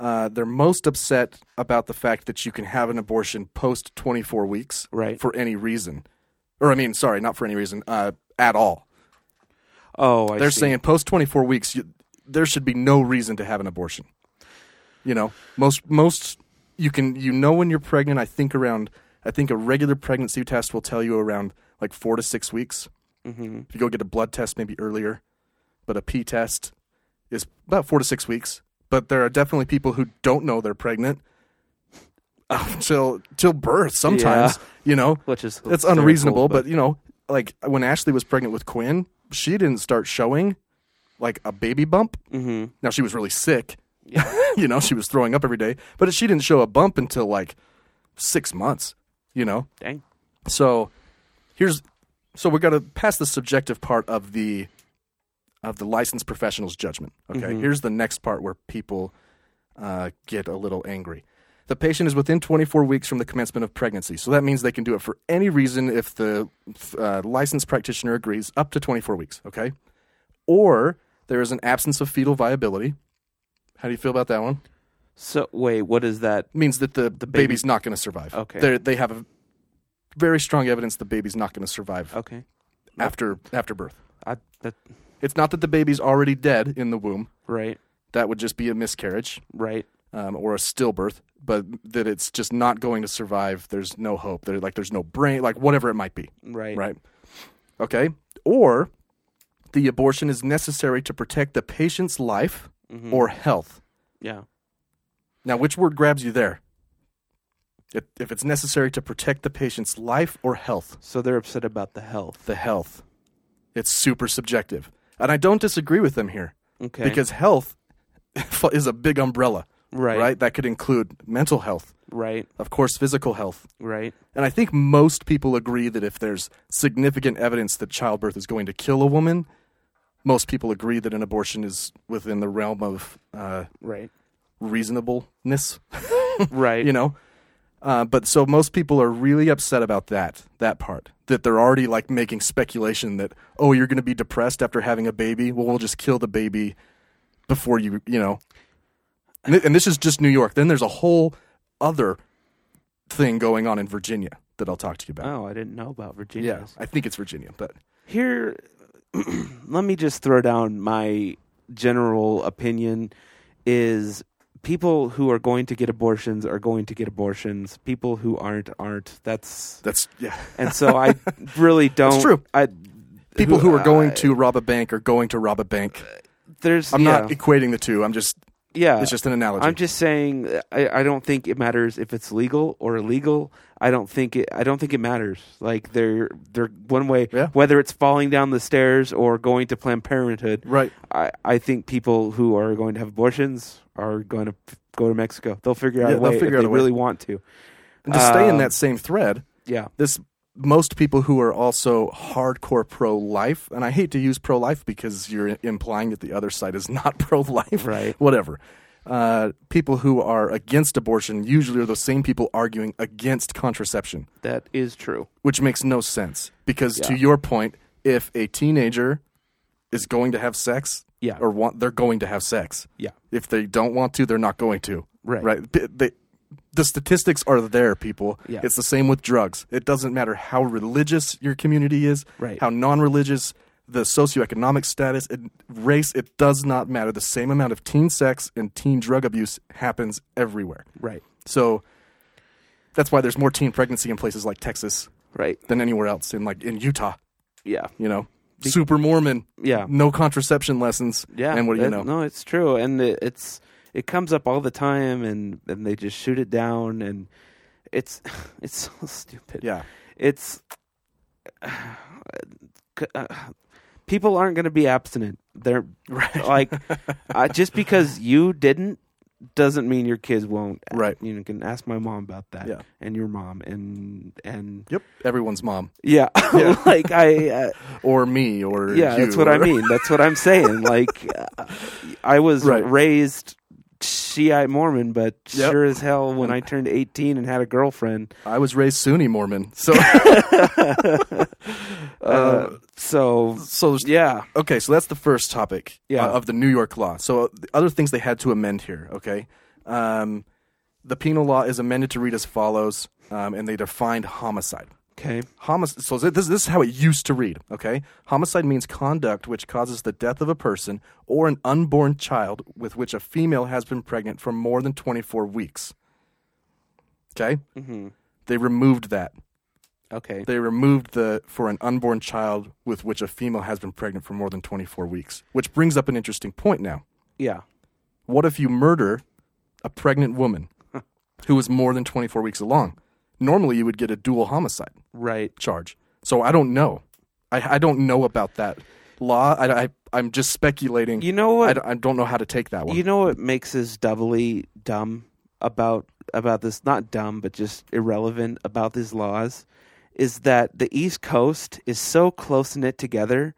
G: Uh, they're most upset about the fact that you can have an abortion post 24 weeks,
H: Right.
G: For any reason, or I mean, sorry, not for any reason uh, at all.
H: Oh, I
G: They're
H: see.
G: saying post 24 weeks, you, there should be no reason to have an abortion. You know, most most you can you know when you're pregnant. I think around I think a regular pregnancy test will tell you around like four to six weeks. Mm-hmm. If you go get a blood test, maybe earlier, but a pee test is about four to six weeks. But there are definitely people who don't know they're pregnant [LAUGHS] until till birth. Sometimes, you know,
H: Which is
G: that's
H: hysterical,
G: unreasonable.
H: but-
G: But, you know, like when Ashley was pregnant with Quinn, she didn't start showing like a baby bump. Mm-hmm. Now she was really sick. [LAUGHS] you know, she was throwing up every day, but she didn't show a bump until like six months. You know,
H: dang.
G: so here's so we're gonna pass the subjective part of the of the licensed professional's judgment. Okay,
H: Mm-hmm.
G: here's the next part where people uh, get a little angry. The patient is within 24 weeks from the commencement of pregnancy, so that means they can do it for any reason if the uh, licensed practitioner agrees, up to 24 weeks. Okay, or there is an absence of fetal viability. How do you feel about that one?
H: So wait, what is that?
G: means that the, the
H: baby-
G: baby's not going to survive.
H: Okay.
G: They're, they have a very strong evidence the baby's not going to survive
H: Okay.
G: after after birth.
H: I that
G: It's not that the baby's already dead in the womb.
H: right,
G: That would just be a miscarriage
H: right.
G: um, or a stillbirth, but that it's just not going to survive. There's no hope. There, like there's no brain, like whatever it might be.
H: Right.
G: Right. Okay. Or the abortion is necessary to protect the patient's life or health.
H: Yeah.
G: Now, which word grabs you there? If, if it's necessary to protect the patient's life or health,
H: So they're upset about the health.
G: the health. It's super subjective. And I don't disagree with them here [LAUGHS]
H: Okay.
G: because health is a big umbrella.
H: Right.
G: right? That could include mental health,
H: Right.
G: of course, physical health.
H: Right.
G: And I think most people agree that if there's significant evidence that childbirth is going to kill a woman, most people agree that an abortion is within the realm of uh,
H: Right. [LAUGHS]
G: reasonableness, [LAUGHS]
H: Right.
G: you know? Uh, but so most people are really upset about that, that part, that they're already like making speculation that, oh, you're going to be depressed after having a baby. Well, we'll just kill the baby before you, you know. And, thi- and this is just New York. Then there's a whole other thing going on in Virginia that I'll talk to you about.
H: Oh, I didn't know about Virginia.
G: Yeah, I think it's Virginia, but
H: Here, [CLEARS THROAT] let me just throw down my general opinion is people who are going to get abortions are going to get abortions. People who aren't aren't. That's
G: that's yeah.
H: and
G: [LAUGHS]
H: so I really don't.
G: true.
H: I
G: People who, are going
H: I-
G: to rob a bank are going to rob a bank.
H: there's
G: I'm
H: yeah,
G: not equating the two. I'm just
H: yeah.
G: it's just an analogy.
H: I'm just saying uh, I, I don't think it matters if it's legal or illegal. I don't think it I don't think it matters. Like they're they're one way
G: Yeah.
H: whether it's falling down the stairs or going to Planned Parenthood.
G: Right.
H: I, I think people who are going to have abortions are going to f- go to Mexico. They'll figure out
G: Yeah,
H: a
G: they'll
H: way
G: figure
H: if
G: out
H: they
G: a way.
H: really want to.
G: and to stay in
H: um,
G: that same thread.
H: Yeah.
G: This most people who are also hardcore pro-life, and I hate to use pro-life because you're i- implying that the other side is not [LAUGHS] pro-life.
H: Right.
G: Whatever. Uh, people who are against abortion usually are the same people arguing against contraception.
H: That is true.
G: which makes no sense because to
H: Yeah.
G: your point if a teenager is going to have sex
H: Yeah.
G: or want they're going to have sex
H: Yeah.
G: if they don't want to they're not going to
H: Right.
G: right Th- they, the statistics are there people
H: Yeah.
G: it's the same with drugs it doesn't matter how religious your community is
H: Right.
G: how non-religious the socioeconomic status and race it does not matter the same amount of teen sex and teen drug abuse happens everywhere
H: Right.
G: so that's why there's more teen pregnancy in places like texas
H: Right.
G: than anywhere else in like in Utah.
H: Yeah.
G: You know, super Mormon.
H: Yeah.
G: no contraception lessons.
H: Yeah,
G: and what do you
H: that-
G: know?
H: No, it's true, and it, it's it comes up all the time, and and they just shoot it down, and it's [LAUGHS] it's so stupid.
G: Yeah,
H: it's [SIGHS] uh, people aren't going to be abstinent. They're [LAUGHS] like uh, just because you didn't doesn't mean your kids won't.
G: Right.
H: You can ask my mom about that.
G: Yeah.
H: And your mom and and
G: yep. Everyone's mom
H: yeah, [LAUGHS] like I. Uh,
G: or me or
H: yeah,
G: you,
H: that's what I
G: or-
H: mean. That's what
G: [LAUGHS]
H: I'm saying. Like, uh, I was
G: Right.
H: raised Shiite Mormon, but
G: Yep.
H: sure as hell when I turned 18 and had a girlfriend.
G: I was raised Sunni Mormon,
H: [LAUGHS]
G: so
H: Uh, so,
G: so there's-
H: yeah,
G: Okay, so that's the first topic
H: Yeah.
G: uh, of the New York law. So uh, the other things they had to amend here. Okay, um, the penal law is amended to read as follows, um, and they defined homicide.
H: okay,
G: Homicide. So this, this is how it used to read. Okay, homicide means conduct which causes the death of a person or an unborn child with which a female has been pregnant for more than 24 weeks. Okay, they removed that.
H: okay,
G: They removed the for an unborn child with which a female has been pregnant for more than 24 weeks, which brings up an interesting point now.
H: yeah,
G: What if you murder a pregnant woman who is more than 24 weeks along? Normally, you would get a dual homicide
H: right,
G: charge. So I don't know. I, I don't know about that law. I, am just speculating.
H: You know what?
G: I, don't- I don't know how to take that one.
H: You know what makes this doubly dumb about about this not dumb but just irrelevant about these laws is that the East Coast is so close knit together.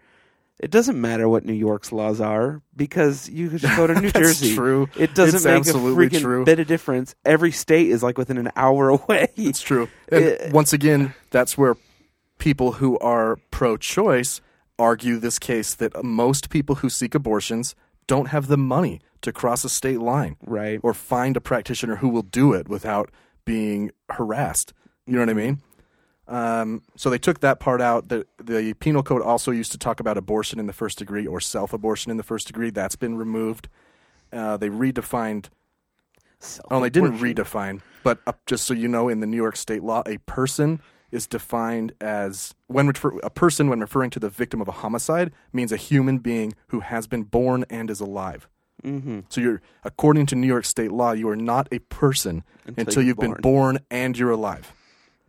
H: It doesn't matter what New York's laws are because you could just
G: [LAUGHS]
H: go to New
G: That's
H: Jersey.
G: true.
H: It doesn't
G: It's
H: make a
G: absolutely
H: freaking
G: true.
H: bit of difference. Every state is like within an hour [LAUGHS] away.
G: it's true. [LAUGHS] And
H: It-
G: once again, that's where people who are pro-choice argue this case that most people who seek abortions don't have the money to cross a state line,
H: Right.
G: Or find a practitioner who will do it without being harassed. You know what I mean? Um, so they took that part out. The, the penal code also used to talk about abortion in the first degree or self-abortion in the first degree. That's been removed. Uh, they redefined Oh, they didn't redefine, but uh, just so you know, in the New York state law, a person is defined as when refer- a person when referring to the victim of a homicide means a human being who has been born and is alive. Mm-hmm. So you're, according to New York state law, you are not a person until,
H: you're
G: you've been born and you're alive.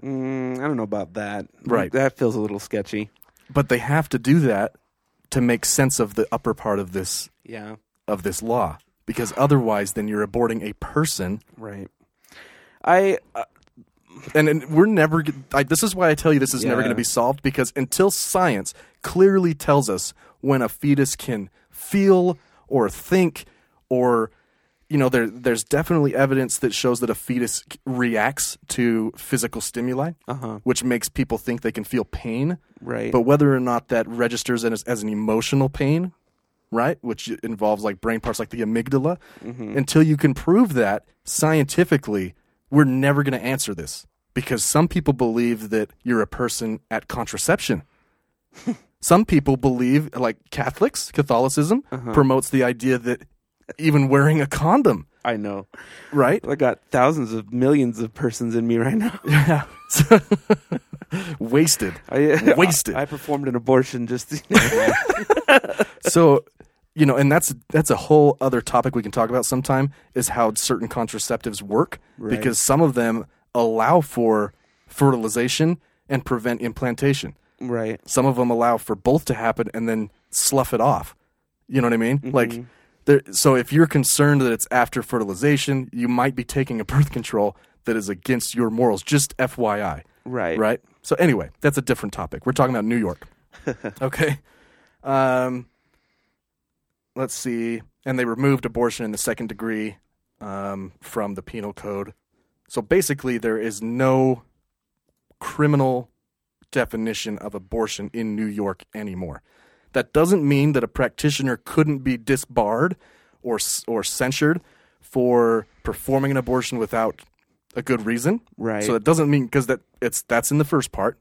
H: Mm, I don't know about that.
G: Right.
H: That feels a little sketchy.
G: But they have to do that to make sense of the upper part of this
H: Yeah.
G: of this law because otherwise, then you're aborting a person.
H: Right. I uh,
G: And, and we're never. g- I, this is why I tell you this is never
H: Yeah.
G: going to be solved because until science clearly tells us when a fetus can feel or think or you know there there's definitely evidence that shows that a fetus c- reacts to physical stimuli which makes people think they can feel pain
H: Right.
G: but whether or not that registers as, as an emotional pain right which involves like brain parts like the amygdala
H: Mm-hmm.
G: until you can prove that scientifically we're never going to answer this because some people believe that you're a person at
H: [LAUGHS]
G: contraception some people believe, like Catholics, Catholicism
H: Uh-huh.
G: promotes the idea that even wearing a condom,
H: I know. [LAUGHS]
G: right? [LAUGHS]
H: I got thousands of millions of persons in me right now.
G: Yeah. So- [LAUGHS] wasted.
H: [LAUGHS] I, [LAUGHS]
G: wasted.
H: I, performed an abortion just.
G: [LAUGHS] so, you know, and that's that's a whole other topic we can talk about sometime is how certain contraceptives work because some of them allow for fertilization and prevent implantation.
H: right.
G: Some of them allow for both to happen and then slough it off. You know what I mean? Like, there, so if you're concerned that it's after fertilization, you might be taking a birth control that is against your morals. Just FYI.
H: Right.
G: Right. So anyway, that's a different topic. We're talking about New York. okay. Um, let's see. And they removed abortion in the second degree um, from the penal code. So basically, there is no criminal definition of abortion in New York anymore. That doesn't mean that a practitioner couldn't be disbarred or s- or censured for performing an abortion without a good reason.
H: Right. Mm-hmm.
G: So that doesn't mean because that it's that's in the first part.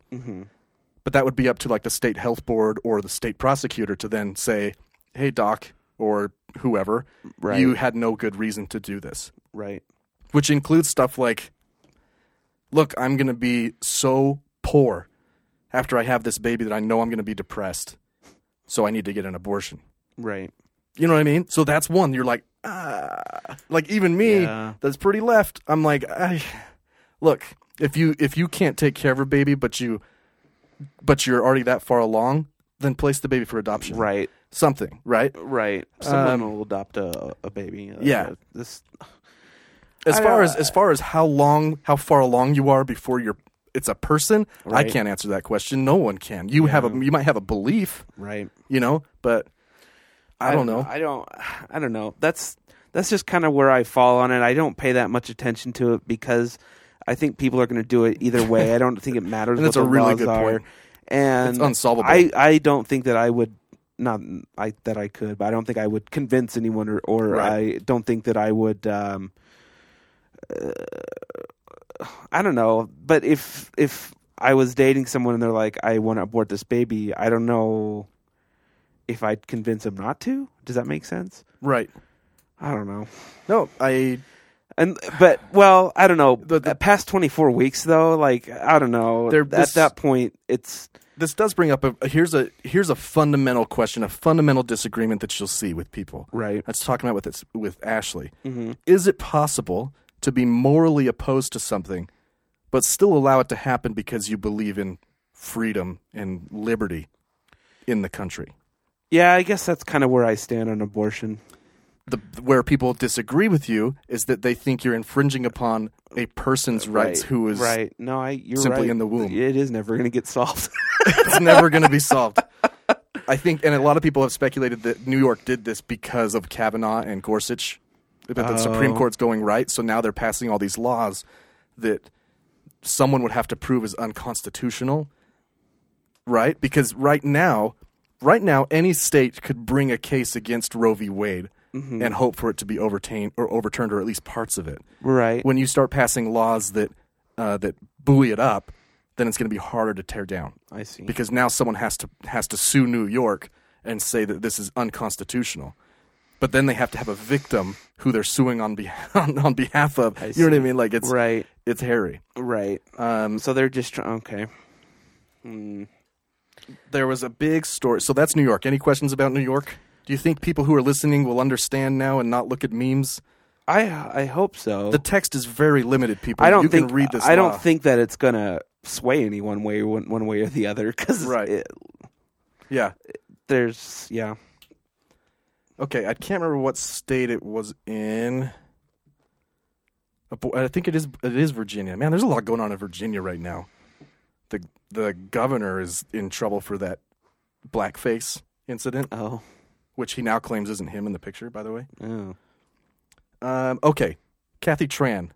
G: But that would be up to like the state health board or the state prosecutor to then say, "Hey, doc," or whoever,
H: Right.
G: you had no good reason to do this
H: Right.
G: which includes stuff like look i'm going to be so poor after i have this baby that i know i'm going to be depressed so i need to get an abortion
H: Right.
G: you know what i mean so that's one you're like ah like even me
H: Yeah.
G: that's pretty left i'm like I, look if you if you can't take care of a baby but you but you're already that far along then place the baby for adoption
H: Right.
G: something right
H: Right. Someone will adopt a, a baby. Uh,
G: Um, yeah.
H: This.
G: as
H: I
G: far
H: don't-
G: as as far as how long how far along you are before you're it's a person i
H: Right.
G: can't answer that question no one can you have a you might have a belief
H: Right.
G: you know but i, don't know,
H: I don't. I don't know. That's that's just kind of where I fall on it. I don't pay that much attention to it because I think people are going to do it either way. I don't think it matters.
G: And [LAUGHS] that's
H: what
G: a
H: the
G: really
H: laws
G: good
H: are.
G: point.
H: And
G: It's unsolvable.
H: I I don't think that I would not I that I could, but I don't think I would convince anyone, or, or
G: Right.
H: I don't think that I would. Um, uh, I don't know, but if if I was dating someone and they're like, "I want to abort this baby," I don't know if I'd convince them not to. Does that make sense?
G: right
H: I don't know.
G: no i
H: And but well, I don't know.
G: [SIGHS] The- the-
H: Uh, past twenty four weeks though, like I don't know.
G: They're-
H: At
G: this-
H: that point, it's
G: this does bring up a here's a here's a fundamental question a fundamental disagreement that you'll see with people
H: Right. Mm-hmm.
G: that's talking about with this with ashley is it possible to be morally opposed to something but still allow it to happen because you believe in freedom and liberty in the country
H: yeah. I guess that's kind of where I stand on abortion.
G: the where people disagree with you is that they think you're infringing upon a person's rights who is
H: right? No, I you're
G: simply
H: right.
G: in the womb.
H: It is never going to get solved.
G: [LAUGHS]
H: [LAUGHS]
G: it's never going to be solved. I think, and a lot of people have speculated that New York did this because of Kavanaugh and Gorsuch, but the Supreme
H: Oh.
G: Court's going right, so now they're passing all these laws that someone would have to prove is unconstitutional, right? Because right now, right now, any state could bring a case against Roe v. Wade
H: Mm-hmm.
G: and hope for it to be overturned or overturned, or at least parts of it
H: right.
G: when you start passing laws that uh, that buoy it up, then it's going to be harder to tear down.
H: I see.
G: Because now someone has to has to sue New York and say that this is unconstitutional. But then they have to have a victim who they're suing on behalf [LAUGHS] on behalf of. you know what I mean? Like it's
H: Right.
G: It's hairy.
H: Right. Um, so they're just trying. Okay.
G: There was a big story. So that's New York. Any questions about New York? Do you think people who are listening will understand now and not look at memes?
H: I I hope so.
G: The text is very limited. People,
H: I don't
G: you
H: think
G: can read this.
H: I
G: law.
H: don't think that it's gonna sway any one way one, one way or the other because
G: Right. Yeah,
H: there's yeah
G: Okay, I can't remember what state it was in. Uh, bo- I think it is it is Virginia. Man, there's a lot going on in Virginia right now. The the governor is in trouble for that blackface incident,
H: Oh,
G: which he now claims isn't him in the picture, by the way.
H: oh.
G: Um, okay, Kathy Tran.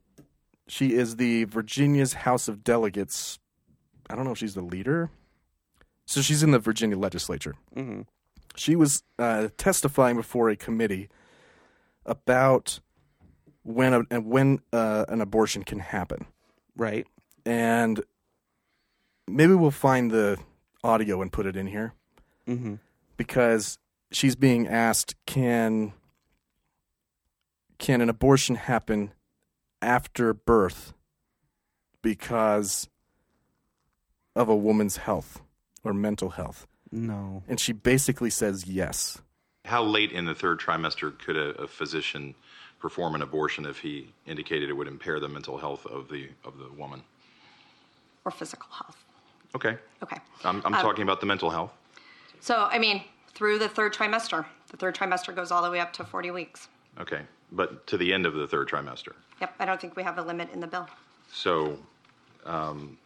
G: She is the Virginia's House of Delegates. I don't know if she's the leader. So she's in the Virginia legislature.
H: Mhm.
G: She was uh, testifying before a committee about when a, and when uh, an abortion can happen,
H: right.
G: and maybe we'll find the audio and put it in here Mm-hmm.
H: hmm
G: because she's being asked can can an abortion happen after birth because of a woman's health or mental health
H: No.
G: and she basically says yes
J: How late in the third trimester could a, a physician perform an abortion if he indicated it would impair the mental health of the of the woman?
K: or physical health.
J: Okay,
K: Okay.
J: I'm, I'm talking about the mental health.
K: So, I mean, through the third trimester, the third trimester goes all the way up to 40 weeks.
J: Okay, but to the end of the third trimester.
K: Yep, I don't think we have a limit in the bill.
J: So, um,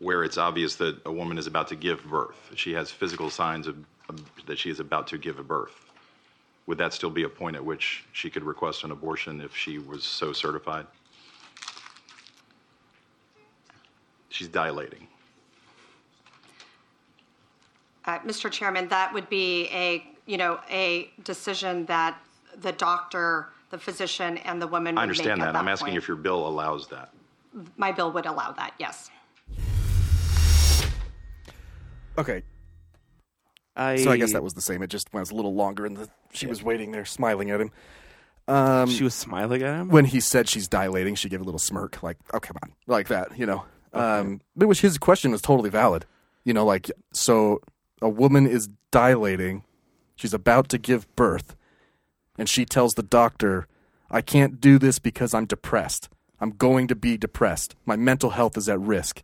J: where it's obvious that a woman is about to give birth, she has physical signs of, of that she is about to give a birth. Would that still be a point at which she could request an abortion if she was so certified? She's dilating.
K: Uh, Mr. Chairman, that would be a, you know, a decision that the doctor, the physician, and the woman would
J: I understand
K: make
J: that.
K: at
J: I'm asking
K: point.
J: if your bill allows that.
K: My bill would allow that, yes.
G: okay
H: I.
G: so i guess that was the same it just was a little longer and the, she was waiting there smiling at him um,
H: She was smiling at him.
G: when he said she's dilating she gave a little smirk like oh come on like that you know um, but which his question was totally valid you know like so a woman is dilating she's about to give birth and she tells the doctor i can't do this because i'm depressed i'm going to be depressed my mental health is at risk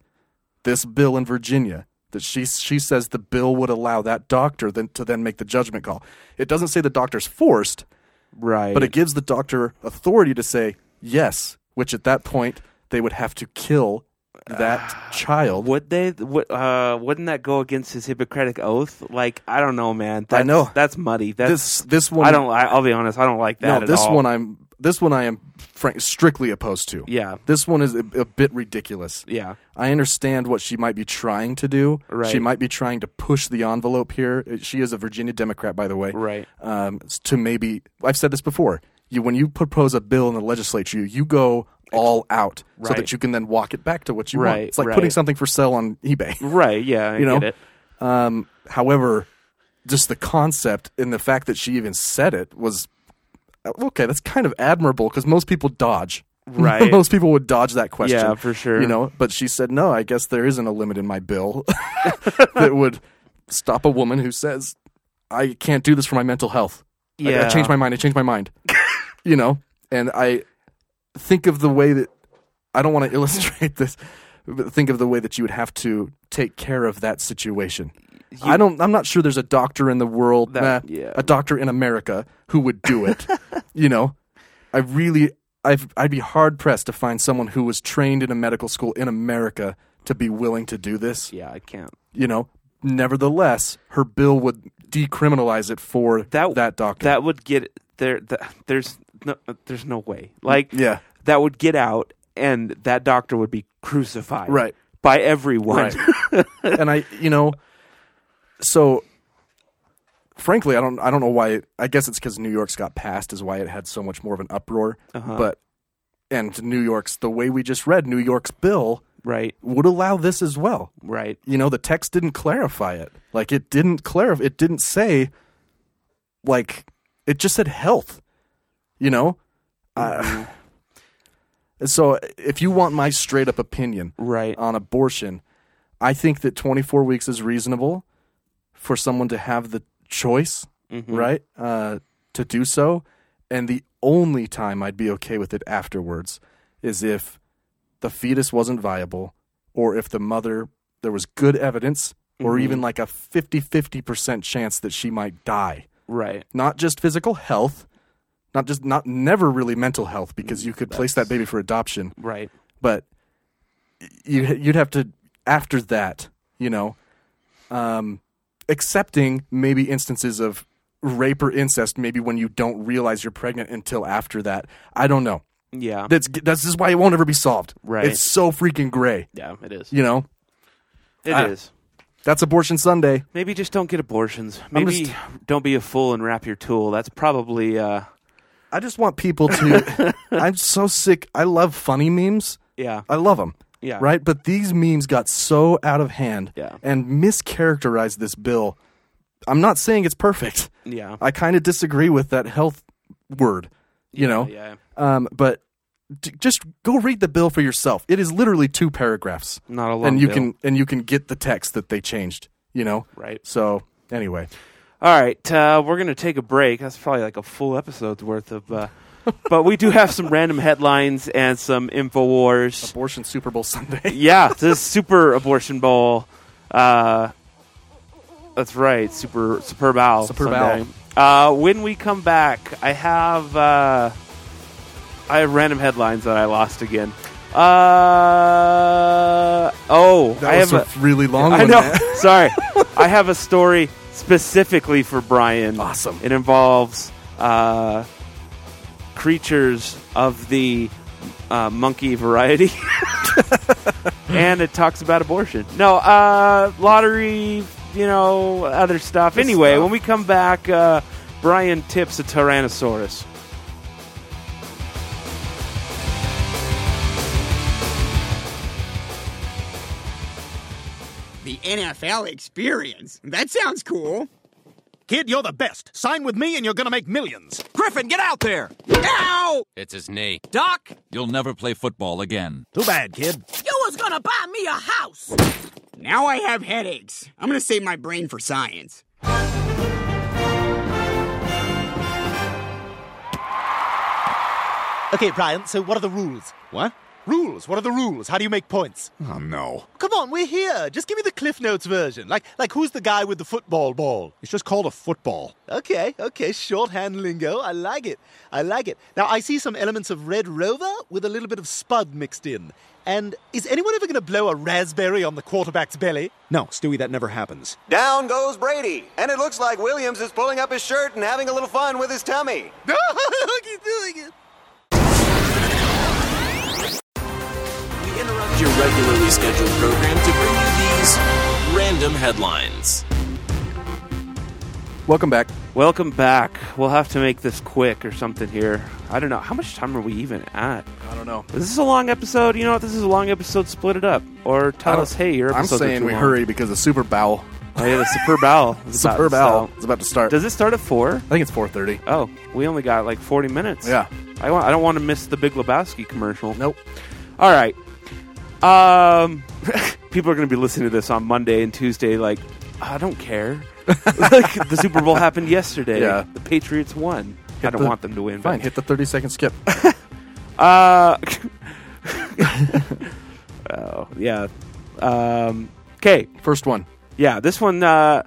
G: this bill in virginia that she she says the bill would allow that doctor then to then make the judgment call it doesn't say the doctor's forced
H: Right.
G: but it gives the doctor authority to say yes, which at that point they would have to kill that
H: Ah.
G: child.
H: would they? Would, uh, wouldn't that go against his Hippocratic oath? Like, I don't know, man. That's,
G: know.
H: that's muddy. That's,
G: this this one
H: I don't. I, I'll be honest. I don't like that.
G: no
H: at
G: this
H: all.
G: one I'm this one I am frank, strictly opposed to.
H: Yeah.
G: this one is a, a bit ridiculous.
H: Yeah.
G: I understand what she might be trying to do.
H: Right.
G: She might be trying to push the envelope here. Uh, She is a Virginia Democrat, by the way.
H: Right.
G: Um, to maybe I've said this before. You when you propose a bill in the legislature, you go all out so
H: Right.
G: that you can then walk it back to what you want.
H: Right,
G: It's like
H: right.
G: putting something for sale on eBay.
H: Right. Yeah. I
G: you know.
H: get it.
G: Um, however, just the concept and the fact that she even said it was uh, okay. That's kind of admirable because most people dodge. [LAUGHS]
H: Right.
G: most people would dodge that question.
H: Yeah, for sure.
G: You know, but she said no. I guess there isn't a limit in my bill [LAUGHS] that would stop a woman who says, "I can't do this for my mental health." I- I,
H: Yeah.
G: changed my mind. I changed my mind. [LAUGHS] you know, and I think of the way that I don't want to [LAUGHS] illustrate this. But think of the way that you would have to take care of that situation. I don't. I'm not sure there's a doctor in the world,
H: That-
G: nah,
H: yeah.
G: a doctor in America who would do
H: [LAUGHS]
G: it. you know, I really, I've, I'd be hard pressed to find someone who was trained in a medical school in America to be willing to do this.
H: Yeah. I can't.
G: You know, nevertheless, her bill would decriminalize it for that,
H: That
G: doctor.
H: That would get there. th there's no. There's no way. Like.
G: yeah,
H: That would get out, and that doctor would be crucified.
G: Right.
H: By everyone.
G: right. and I, you know, so frankly, I don't, I don't know why. I guess it's because New York's got passed is why it had so much more of an uproar. But and New York's the way we just read New York's bill [LAUGHS]
H: right.
G: would allow this as well.
H: Right.
G: you know the text didn't clarify it like it didn't clarify it didn't say like it just said health you know uh, [SIGHS] so if you want my straight up opinion
H: Right.
G: on abortion i think that 24 weeks is reasonable for someone to have the choice right uh, to do so and the only time i'd be okay with it afterwards is if the fetus wasn't viable or if the mother there was good evidence or even like a 50-50% chance that she might die
H: Right.
G: Not just physical health, not just not never really mental health because you could place that baby for adoption.
H: Right.
G: But y- you you'd have to after that, you know, um, accepting maybe instances of rape or incest, maybe when you don't realize you're pregnant until after that. I don't know.
H: Yeah.
G: That's that's just why it won't ever be solved.
H: Right.
G: It's so freaking gray.
H: Yeah, it is.
G: You know,
H: It is.
G: I- that's abortion Sunday.
H: Maybe just don't get abortions.
G: I'm
H: Maybe
G: just-
H: don't be a fool and wrap your tool. That's probably uh,
G: I just want people to. I'm so sick. I love funny memes.
H: Yeah.
G: I love them.
H: Yeah.
G: Right? But these memes got so out of hand
H: Yeah.
G: and mischaracterized this bill. I'm not saying it's perfect.
H: Yeah.
G: I kind of disagree with that health word, you know?
H: yeah.
G: Um, but d- just go read the bill for yourself. It is literally two paragraphs.
H: Not a long
G: And you
H: bill.
G: can and you can get the text that they changed, you know?
H: Right.
G: So, anyway.
H: All right, uh, we're going to take a break. That's probably like a full episode's worth of. Uh, but we do have some random headlines and some InfoWars.
G: Abortion Super Bowl Sunday. [LAUGHS]
H: Yeah, this Super Abortion Bowl. Uh, that's right, Super Super Bowl.
G: Super
H: Sunday. Uh, when we come back, I have uh, I have random headlines that I lost again. Uh, oh,
G: That
H: I
G: was
H: have
G: a really long
H: I
G: one.
H: know.
G: man.
H: [LAUGHS] Sorry. I have a story specifically for Brian.
G: Awesome.
H: It involves uh, creatures of the uh, monkey variety. [LAUGHS] and it talks about abortion. No, uh, lottery, you know, other stuff. anyway, when we come back, uh, Brian tips a Tyrannosaurus.
L: The NFL experience. That sounds cool.
M: Kid, you're the best. Sign with me and you're gonna make millions. Griffin, get out there! Ow!
N: It's his knee.
M: Doc!
N: You'll never play football again.
M: Too bad, kid.
L: You was gonna buy me a house. Now I have headaches. I'm gonna save my brain for science.
O: Okay, Brian, so what are the rules?
M: What? Rules. What are the rules? How do you make points? Oh, no.
O: Come on, we're here. Just give me the Cliff Notes version. Like, like who's the guy with the football ball?
M: It's just called a football.
O: Okay, okay, shorthand lingo. I like it. I like it. Now, I see some elements of Red Rover with a little bit of Spud mixed in. And is anyone ever going to blow a raspberry on the quarterback's belly?
M: No, Stewie, that never happens.
P: Down goes Brady, and it looks like Williams is pulling up his shirt and having a little fun with his tummy.
O: [LAUGHS] Look, he's doing it.
D: We interrupt your regularly scheduled program to bring you these random headlines.
G: Welcome back.
H: Welcome back. We'll have to make this quick or something here. I don't know. How much time are we even at?
G: I don't know.
H: Is this a long episode? You know what? This is a long episode. Split it up. Or
G: I
H: tell
G: don't-
H: us, hey, your
G: I'm
H: episode's
G: saying
H: too
G: we
H: long.
G: hurry because the Super Bowl.
H: Oh, yeah, the Super Bowl. is about
G: Super
H: to
G: Bowl
H: start.
G: is about to start.
H: Does it start at 4? I
G: think it's 4.30.
H: Oh, we only got like 40 minutes.
G: Yeah.
H: I, want, I don't want to miss the Big Lebowski commercial.
G: Nope.
H: All right. Um, [LAUGHS] people are going to be listening to this on Monday and Tuesday like, I
G: [LAUGHS]
H: don't care. like, the Super Bowl happened yesterday.
G: Yeah.
H: The Patriots won. I
G: Hit
H: don't
G: the-
H: want them to win. but-
G: Fine, hit the 30 second skip. [LAUGHS]
H: Uh, oh yeah. Um, okay,
G: first one.
H: Yeah, this one uh,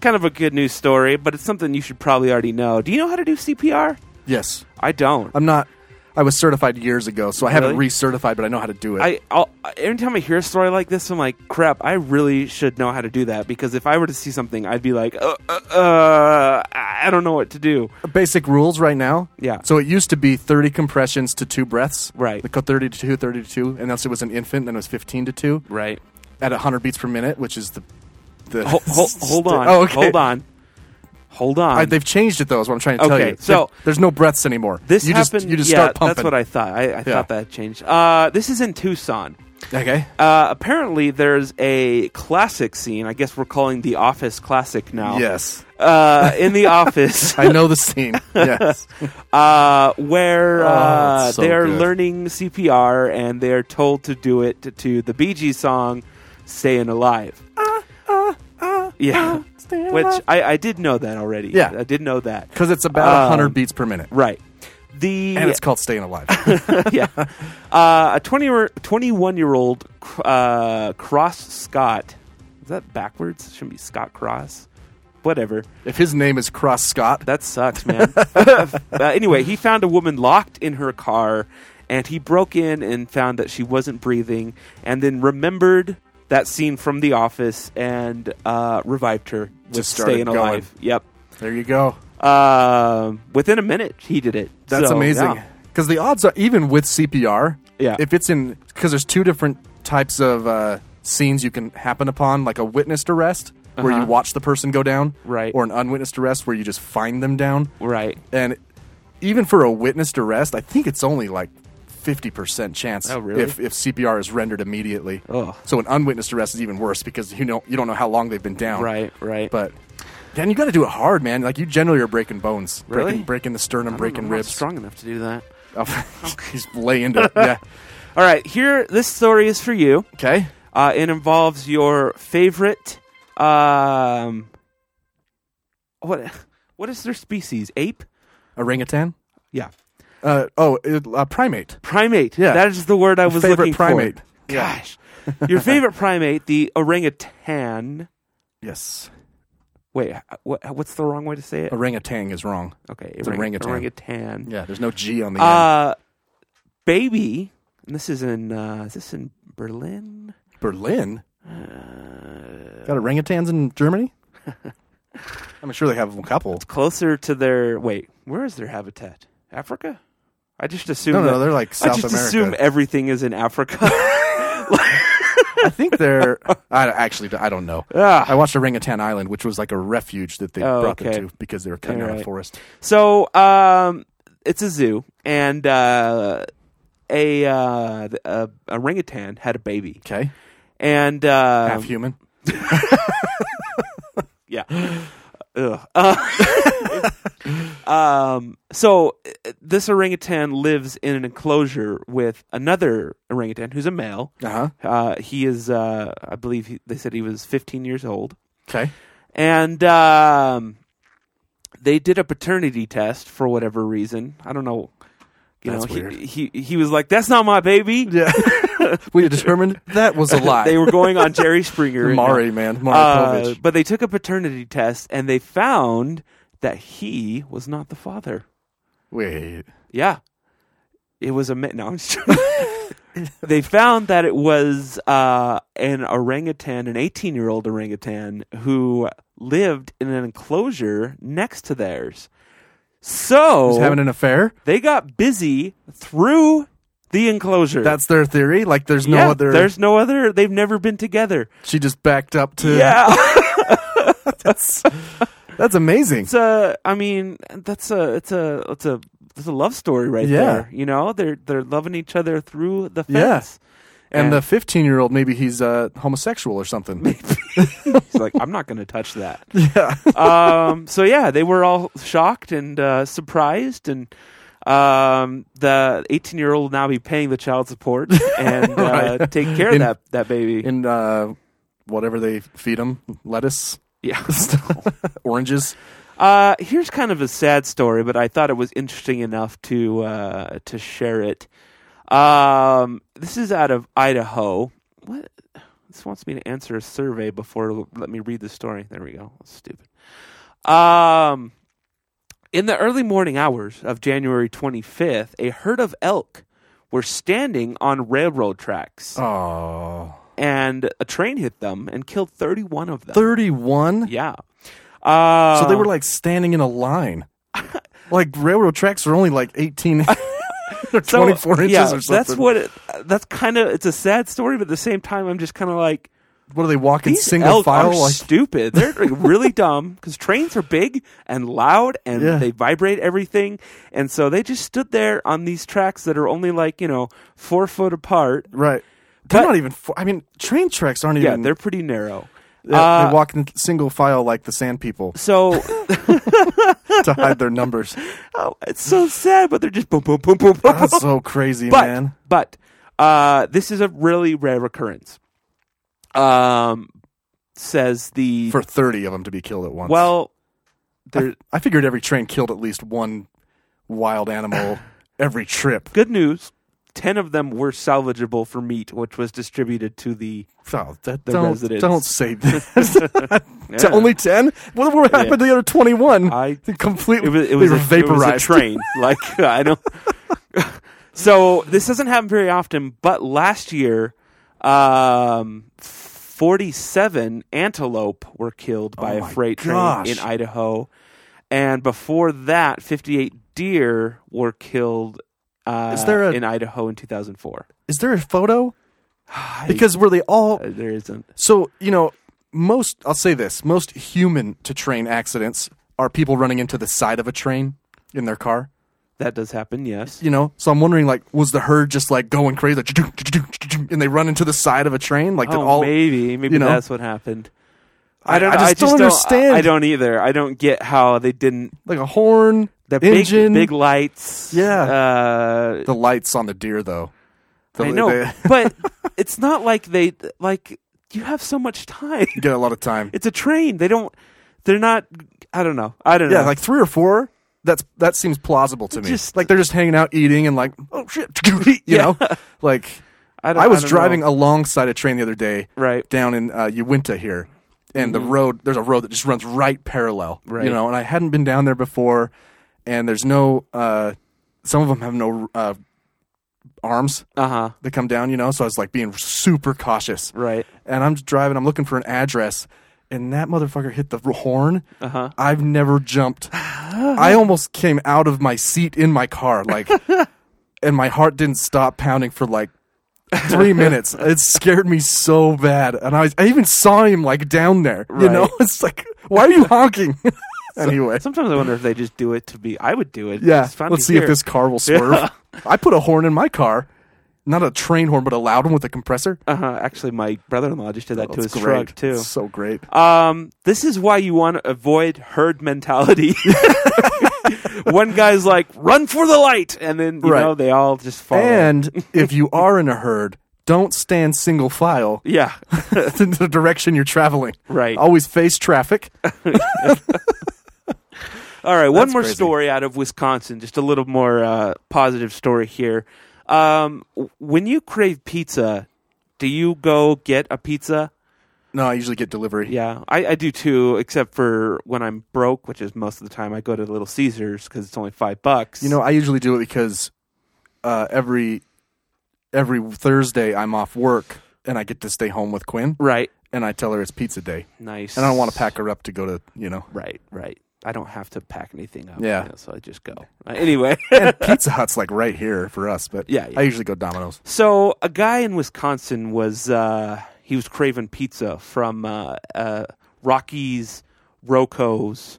H: kind of a good news story, but it's something you should probably already know. Do you know how to do CPR?
G: Yes.
H: I don't.
G: I'm not. I was certified years ago, so I haven't
H: Really?
G: recertified, but I know how to do it.
H: I I'll, every time I hear a story like this, I'm like, crap! I really should know how to do that because if I were to see something, I'd be like, uh, uh, uh I I don't know what to do.
G: Basic rules right now.
H: Yeah.
G: So it used to be 30 compressions to two breaths.
H: Right.
G: Like 30 to 2, 30 to 2. And else it was an infant, then it was 15 to 2.
H: Right.
G: At 100 beats per minute, which is the. the
H: Ho-
G: [LAUGHS]
H: ho- hold on.
G: Oh, okay.
H: Hold on. Hold on.
G: I, they've changed it, though, is what I'm trying to tell
H: Okay,
G: you.
H: so-
G: There- there's no breaths anymore.
H: This
G: you
H: happened.
G: Just, you just
H: yeah,
G: start pumping.
H: That's what I thought. I, I
G: Yeah.
H: thought that changed. Uh, this is in Tucson.
G: Okay.
H: Uh, apparently, there's a classic scene. I guess we're calling the Office classic now.
G: Yes.
H: Uh,
G: [LAUGHS]
H: in the Office.
G: I know the
H: [LAUGHS]
G: scene. Yes.
H: uh, where
G: Oh,
H: uh,
G: it's so
H: they are
G: good.
H: learning CPR and they are told to do it to, to the Bee Gees song "Staying Alive."
G: Uh,
H: yeah. [LAUGHS] Which I, I did know that already.
G: Yeah.
H: I did know that
G: Because it's about
H: Um,
G: 100 beats per minute.
H: Right. The
G: And it's called Staying Alive.
H: [LAUGHS] yeah. Uh, a 20 year, 21 year old uh, Cross Scott. Is that backwards? It shouldn't be Scott Cross. whatever.
G: If his name is Cross Scott,
H: that
G: [LAUGHS]
H: sucks, man. [LAUGHS] uh, anyway, he found a woman locked in her car, and he broke in and found that she wasn't breathing, and then remembered that scene from The Office and uh, revived her with
G: Just started
H: staying
G: going.
H: alive. Yep.
G: There you go.
H: Uh, within a minute, he did it.
G: That's
H: So,
G: amazing.
H: yeah.
G: Because the odds are even with CPR.
H: Yeah.
G: If it's in because there's two different types of uh, scenes you can happen upon, like a witnessed arrest where you
H: Uh-huh.
G: watch the person go down,
H: Right.
G: or an unwitnessed arrest where you just find them down,
H: right.
G: And even for a witnessed arrest, I think it's only like. 50% chance
H: Oh, really?
G: if, if CPR is rendered immediately.
H: Ugh.
G: So an unwitnessed arrest is even worse because you know you don't know how long they've been down.
H: Right, right.
G: But man, you got to do it hard, man. Like you generally are breaking bones,
H: Really?
G: breaking, breaking the sternum,
H: I'm
G: breaking
H: not
G: ribs.
H: strong enough to do that.
G: Oh, [LAUGHS] he's lay into it. Yeah.
H: All right, here this story is for you.
G: Okay.
H: Uh, it involves your favorite um what what is their species? Ape?
G: Orangutan?
H: Yeah.
G: Uh, oh, it, uh, primate.
H: Primate.
G: Yeah.
H: That is the word I was
G: Favorite
H: looking
G: primate.
H: for. [LAUGHS] Gosh.
G: [LAUGHS]
H: your favorite primate, the orangutan.
G: Yes.
H: Wait, what, what's the wrong way to say it?
G: Orangutan is wrong.
H: Okay,
G: It's
H: orang-
G: orangutan.
H: orangutan.
G: Yeah, there's no G on the
H: Uh, baby, and this is in uh, is this in Berlin?
G: end. Berlin?
H: uh,
G: got orangutans in
H: [LAUGHS]
G: Germany? I'm sure they have a couple.
H: Closer to their wait, where is their habitat? Africa? I just assume.
G: No, no,
H: that-
G: they're like
H: I
G: South
H: just
G: America.
H: assume everything is in Africa. [LAUGHS]
G: I think they're. I actually, I don't know.
H: Ah.
G: I watched Orangutan Island, which was like a refuge that they
H: Oh,
G: brought
H: okay.
G: them to because they were cutting out a
H: Alright.
G: forest.
H: so, um, it's a zoo, and uh, a, uh, th- a orangutan had a baby.
G: Okay,
H: and uh,
G: Half human.
H: yeah. [GASPS] Ugh. [LAUGHS] Uh, um, so uh, this orangutan lives in an enclosure with another orangutan who's a male.
G: Uh-huh.
H: Uh, He is, uh, I believe, he, they said he was 15 years old.
G: Okay.
H: And um, they did a paternity test for whatever reason. I don't know. You
G: That's
H: know,
G: weird.
H: He, he he was like, "That's not my baby." [LAUGHS]
G: Yeah. We determined that was a lie.
H: they were going on Jerry Springer.
G: Mari,
H: No.
G: man. Mari Povich.
H: But they took a paternity test and they found that he was not the father.
G: Wait.
H: Yeah. It was a ma- no. I'm just joking. [LAUGHS] they found that it was uh, an orangutan, an 18 year old orangutan who lived in an enclosure next to theirs. So
G: He's having an affair.
H: they got busy through the enclosure.
G: That's their theory. Like, there's no
H: Yeah,
G: other.
H: There's no other. They've never been together.
G: She just backed up to.
H: Yeah.
G: that's [LAUGHS] that's amazing.
H: it's a I mean that's a it's a it's a it's a love story right
G: Yeah.
H: there. You know, they're they're loving each other through the
G: Yeah.
H: fence.
G: And,
H: And-
G: the 15 year old, maybe he's uh, homosexual or
H: [LAUGHS]
G: something.
H: He's like, I'm not going to touch
G: [LAUGHS]
H: that. Yeah. um. So yeah, they were all shocked and uh, surprised, and um, the 18 year old will now be paying the child
G: [LAUGHS]
H: support and uh,
G: Right.
H: take care of
G: In-
H: that that baby.
G: In uh, whatever they feed him lettuce, [LAUGHS]
H: yeah.
G: oranges.
H: Uh, here's kind of a sad story, but I thought it was interesting enough to uh, to share it. Um, this is out of Idaho. What? This wants me to answer a survey before it'll let me read the story. There we go. That's stupid. Um, in the early morning hours of January 25th, a herd of elk were standing on railroad tracks,
G: Oh.
H: and a train hit them and killed 31 of them.
G: 31?
H: Yeah. Uh,
G: So they were like standing in a
H: [LAUGHS]
G: line. like railroad tracks are only like 18 or 24 inches
H: yeah,
G: or something.
H: That's what. It, that's kind of. It's a sad story, but at the same time, I'm just kind of like
G: What are they walking
H: these
G: single
H: elk
G: file?
H: are
G: like,
H: stupid. They're like, really dumb because trains are big and loud and
G: Yeah.
H: they vibrate everything, and so they just stood there on these tracks that are only like you know four foot apart.
G: right. They're
H: But-
G: not even. fo- I mean, train tracks aren't
H: Yeah,
G: even.
H: they're pretty narrow.
G: they
H: Uh,
G: they walk in single file like the sand people
H: so [LAUGHS]
G: to hide their numbers.
H: oh, it's so sad, but they're just boom, boom, boom, boom, boom.
G: That's so crazy,
H: but,
G: man.
H: But uh, this is a really rare occurrence. Um, says the
G: For 30 of them to be killed at once.
H: well,
G: I,
H: there,
G: I
H: [SIGHS]
G: figured every train killed at least one wild animal every trip.
H: good news. 10 of them were salvageable for meat, which was distributed to the,
G: oh, that,
H: the
G: don't,
H: residents.
G: don't
H: [LAUGHS]
G: say that. [LAUGHS]
H: Yeah.
G: Only 10? What, what happened
H: Yeah.
G: to the other 21?
H: I
G: completely
H: it was,
G: [LAUGHS] they
H: it was
G: were
H: a,
G: vaporized.
H: It was
G: [LAUGHS]
H: a train. like I don't. [LAUGHS] so this doesn't happen very often, but last year, um, forty-seven antelope were killed by
G: Oh
H: a
G: my
H: freight
G: gosh.
H: train in Idaho, and before that, fifty-eight deer were killed. Uh,
G: Is there a-
H: in Idaho in two thousand four?
G: Is there a
H: [SIGHS]
G: photo? Because were they all?
H: There isn't.
G: So you know, most I'll say this: most human to train accidents are people running into the side of a train in their car.
H: That does happen. Yes.
G: You know, so I'm wondering, like, was the herd just like going crazy, like, and they run into the side of a train? Like, did
H: Oh,
G: all
H: maybe maybe
G: you know?
H: that's what happened.
G: I- I just don't understand.
H: I, don't either. I don't get how they didn't
G: like a horn,
H: the
G: engine.
H: big, big lights.
G: Yeah.
H: uh,
G: the lights on the deer though. The-
H: I know,
G: they-
H: [LAUGHS] but it's not like they like you have so much time. [LAUGHS]
G: you [LAUGHS] get a lot of time.
H: It's a train. They don't. They're not. I don't know. I don't
G: yeah,
H: know.
G: like three or four. That's that seems plausible to me.
H: Just-
G: like they're just hanging out, eating, and like, oh shit, [LAUGHS] you know, like
H: I
G: I,
H: don't- I
G: was
H: don't
G: driving
H: know.
G: alongside a train the other day,
H: right Mm-hmm.
G: down in uh, Uinta here, and the road there's a road that just runs right parallel,
H: Right.
G: you know, and I hadn't been down there before, and there's no, uh, some of them have no uh, arms
H: uh-huh.
G: that come down, you know, so I was like being super cautious,
H: right?
G: And I'm just driving, I'm looking for an address. And that motherfucker hit the horn.
H: Uh-huh.
G: I've never jumped. I almost came out of my seat in my car, like,
H: [LAUGHS]
G: and my heart didn't stop pounding for like
H: [LAUGHS]
G: three minutes. It scared me so bad, and I, was, I even saw him like down there. You know,
H: Right.
G: [LAUGHS] it's like, why are you honking? [LAUGHS] anyway,
H: sometimes I wonder if they just do it to be. I would do it.
G: yeah,
H: It's fun
G: let's
H: to
G: see
H: hear.
G: if this car
H: [LAUGHS]
G: will swerve.
H: Yeah.
G: I put a horn in my car, not a train horn, but a loud one with a compressor. Oh,
H: Uh huh. Actually, my brother-in-law just did that to
G: That's
H: his
G: great.
H: truck too.
G: So great.
H: Um, this is why you want to avoid herd mentality. [LAUGHS] One guy's like, "Run for the light," and then you
G: Right.
H: know they all just fall.
G: And if you are in a herd, don't stand single
H: [LAUGHS]
G: file [LAUGHS]
H: yeah,
G: in the direction you're traveling.
H: Right.
G: Always face traffic. [LAUGHS]
H: All right, one
G: That's
H: more
G: crazy.
H: story out of Wisconsin. Just a little more uh, positive story here. Um, w- when you crave pizza, do you go get a pizza?
G: No, I usually get delivery.
H: Yeah, I, I do too. Except for when I'm broke, which is most of the time, I go to Little Caesars because it's only five bucks.
G: You know, I usually do it because uh, every every Thursday I'm off work and I get to stay home with Quinn.
H: Right.
G: And I tell her it's pizza day.
H: Nice.
G: And I don't want to pack her up to go to, you
H: [LAUGHS]
G: know.
H: Right, right. I don't have to pack anything up.
G: Yeah.
H: you know, so I just go. Uh, anyway.
G: [LAUGHS] and Pizza Hut's like right here for us, but
H: Yeah, yeah.
G: I usually go Domino's.
H: So a guy in Wisconsin was uh, he was craving pizza from uh, uh, Rocky's Rocco's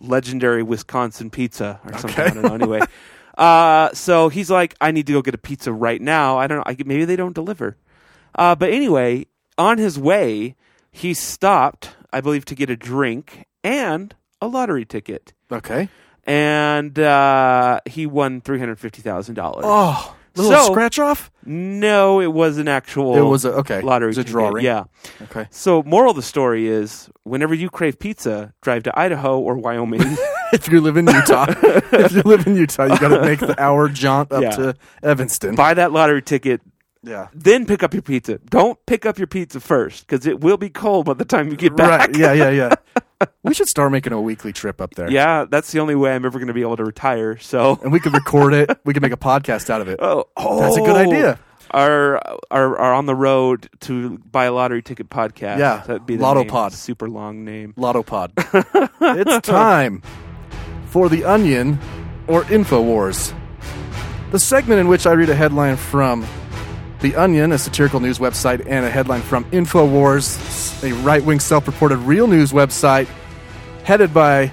H: legendary Wisconsin pizza or something. I don't know. Anyway, [LAUGHS] uh, so he's like, I need to go get a pizza right now. I don't know. I, maybe they don't deliver. Uh, but anyway, on his way, he stopped, I believe, to get a drink and a lottery ticket.
G: Okay.
H: And uh, he won three hundred fifty thousand dollars.
G: Oh, little
H: So-
G: scratch off?
H: No, it was an actual.
G: It was a- okay. It
H: lottery.
G: was a
H: ticket,
G: drawing.
H: Yeah.
G: Okay.
H: So, moral of the story is: whenever you crave pizza, drive to Idaho or
G: [LAUGHS]
H: Wyoming.
G: [LAUGHS] if you live in
H: [LAUGHS]
G: Utah, if you live in Utah, you got to make the hour jaunt up
H: Yeah.
G: to Evanston.
H: buy that lottery ticket.
G: Yeah.
H: Then pick up your pizza. Don't pick up your pizza first because it will be cold by the time you get [LAUGHS] back.
G: Right. Yeah, yeah, yeah. we should start making a weekly trip up there.
H: [LAUGHS] Yeah, that's the only way I'm ever going to be able to retire. So,
G: And we could record it. We could make a podcast out of it.
H: [LAUGHS] oh,
G: That's a good
H: oh,
G: idea.
H: Are are are on the road to buy a lottery ticket podcast?
G: Yeah,
H: that'd be the
G: Lotto
H: name.
G: Pod.
H: Super long name.
G: Lotto Pod. [LAUGHS] it's time for The Onion or InfoWars. The segment in which I read a headline from The Onion, a satirical news website, and a headline from InfoWars, a right wing self reported real news website headed by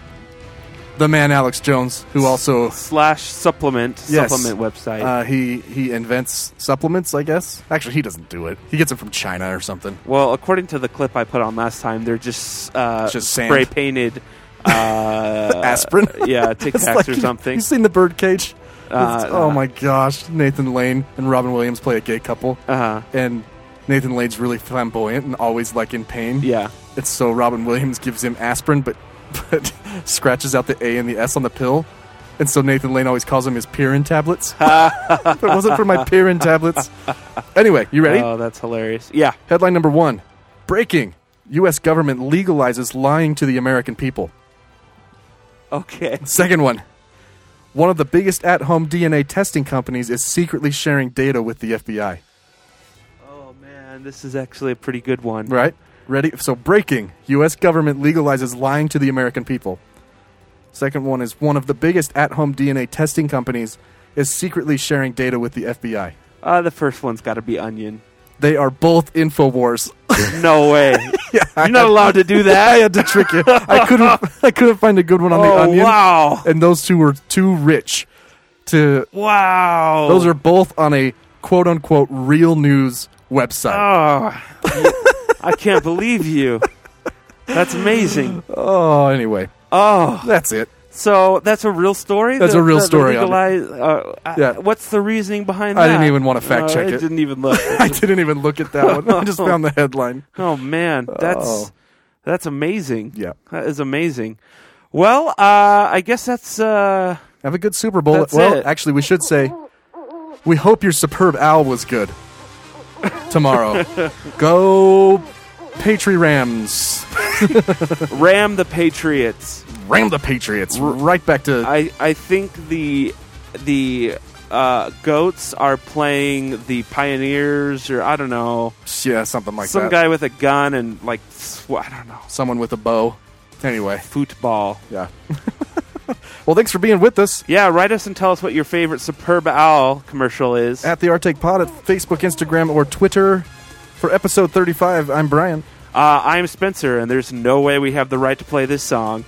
G: the man Alex Jones, who also.
H: slash supplement
G: Yes.
H: supplement website.
G: Uh, he, he invents supplements, I guess. Actually, he doesn't do it, he gets them from China or something. [LAUGHS]
H: well, according to the clip I put on last time, they're just uh,
G: Just sand.
H: spray painted uh,
G: aspirin.
H: Yeah,
G: [LAUGHS]
H: Tic
G: It's
H: Tacs
G: like
H: or
G: you-
H: something.
G: You seen the birdcage? It's-
H: Uh,
G: oh
H: uh.
G: my gosh! Nathan Lane and Robin Williams play a gay couple,
H: Uh-huh.
G: and Nathan Lane's really flamboyant and always like in pain.
H: Yeah.
G: it's so [LAUGHS] Robin Williams gives him aspirin, but but scratches out the A and the S on the pill. And so Nathan Lane always calls them his Pirin
H: [LAUGHS]
G: tablets. if it wasn't for my Pirin tablets. Anyway, you ready?
H: Oh, that's hilarious. Yeah.
G: Headline number one Breaking. U.S. government legalizes lying to the American people.
H: Okay.
G: Second one. One of the biggest at home DNA testing companies is secretly sharing data with the FBI.
H: [LAUGHS] Oh man, this is actually a pretty good one.
G: Right? Ready? So, breaking U.S. government legalizes lying to the American people. Second one is one of the biggest at home DNA testing companies is secretly sharing data with the FBI.
H: Uh, the first one's got to be Onion.
G: They are both InfoWars. [LAUGHS]
H: No way. You're not allowed to do that.
G: I had to trick you. I couldn't. I couldn't find a good one on the
H: Oh,
G: Onion.
H: wow.
G: And those two were too rich to.
H: Wow.
G: Those are both on a quote unquote real news website.
H: Oh, I can't believe you. That's amazing.
G: Oh, anyway.
H: Oh,
G: that's it. [LAUGHS]
H: So that's a real story.
G: That's
H: The-
G: a real
H: the- the
G: story on it.
H: legalize- uh, uh,
G: Yeah.
H: What's the reasoning behind that?
G: I didn't even want to fact
H: No,
G: check
H: I
G: it.
H: didn't
G: [LAUGHS]
H: even look.
G: I didn't even look at that one. I just found the headline.
H: Oh man, that's
G: Oh.
H: that's amazing.
G: Yeah.
H: that is amazing. Well, uh, I guess that's uh,
G: Have a good Super Bowl.
H: That's
G: well,
H: it.
G: actually, we should say we hope your superb owl was good
H: [LAUGHS]
G: tomorrow. Go Patri Rams.
H: Ram the Patriots.
G: Ram the Patriots. Right back to
H: I, I think the the uh, goats are playing the pioneers or I don't know
G: yeah, something like
H: some
G: that.
H: guy with a gun and like sw- I don't know
G: Someone with a bow. Anyway,
H: football.
G: Yeah. [LAUGHS] well, thanks for being with us
H: Yeah, write us and tell us what your favorite superb owl commercial is.
G: at the Artake Pod at Facebook, Instagram, or Twitter. For episode 35, I'm Brian.
H: Uh, I'm Spencer, and there's no way we have the right to play this song.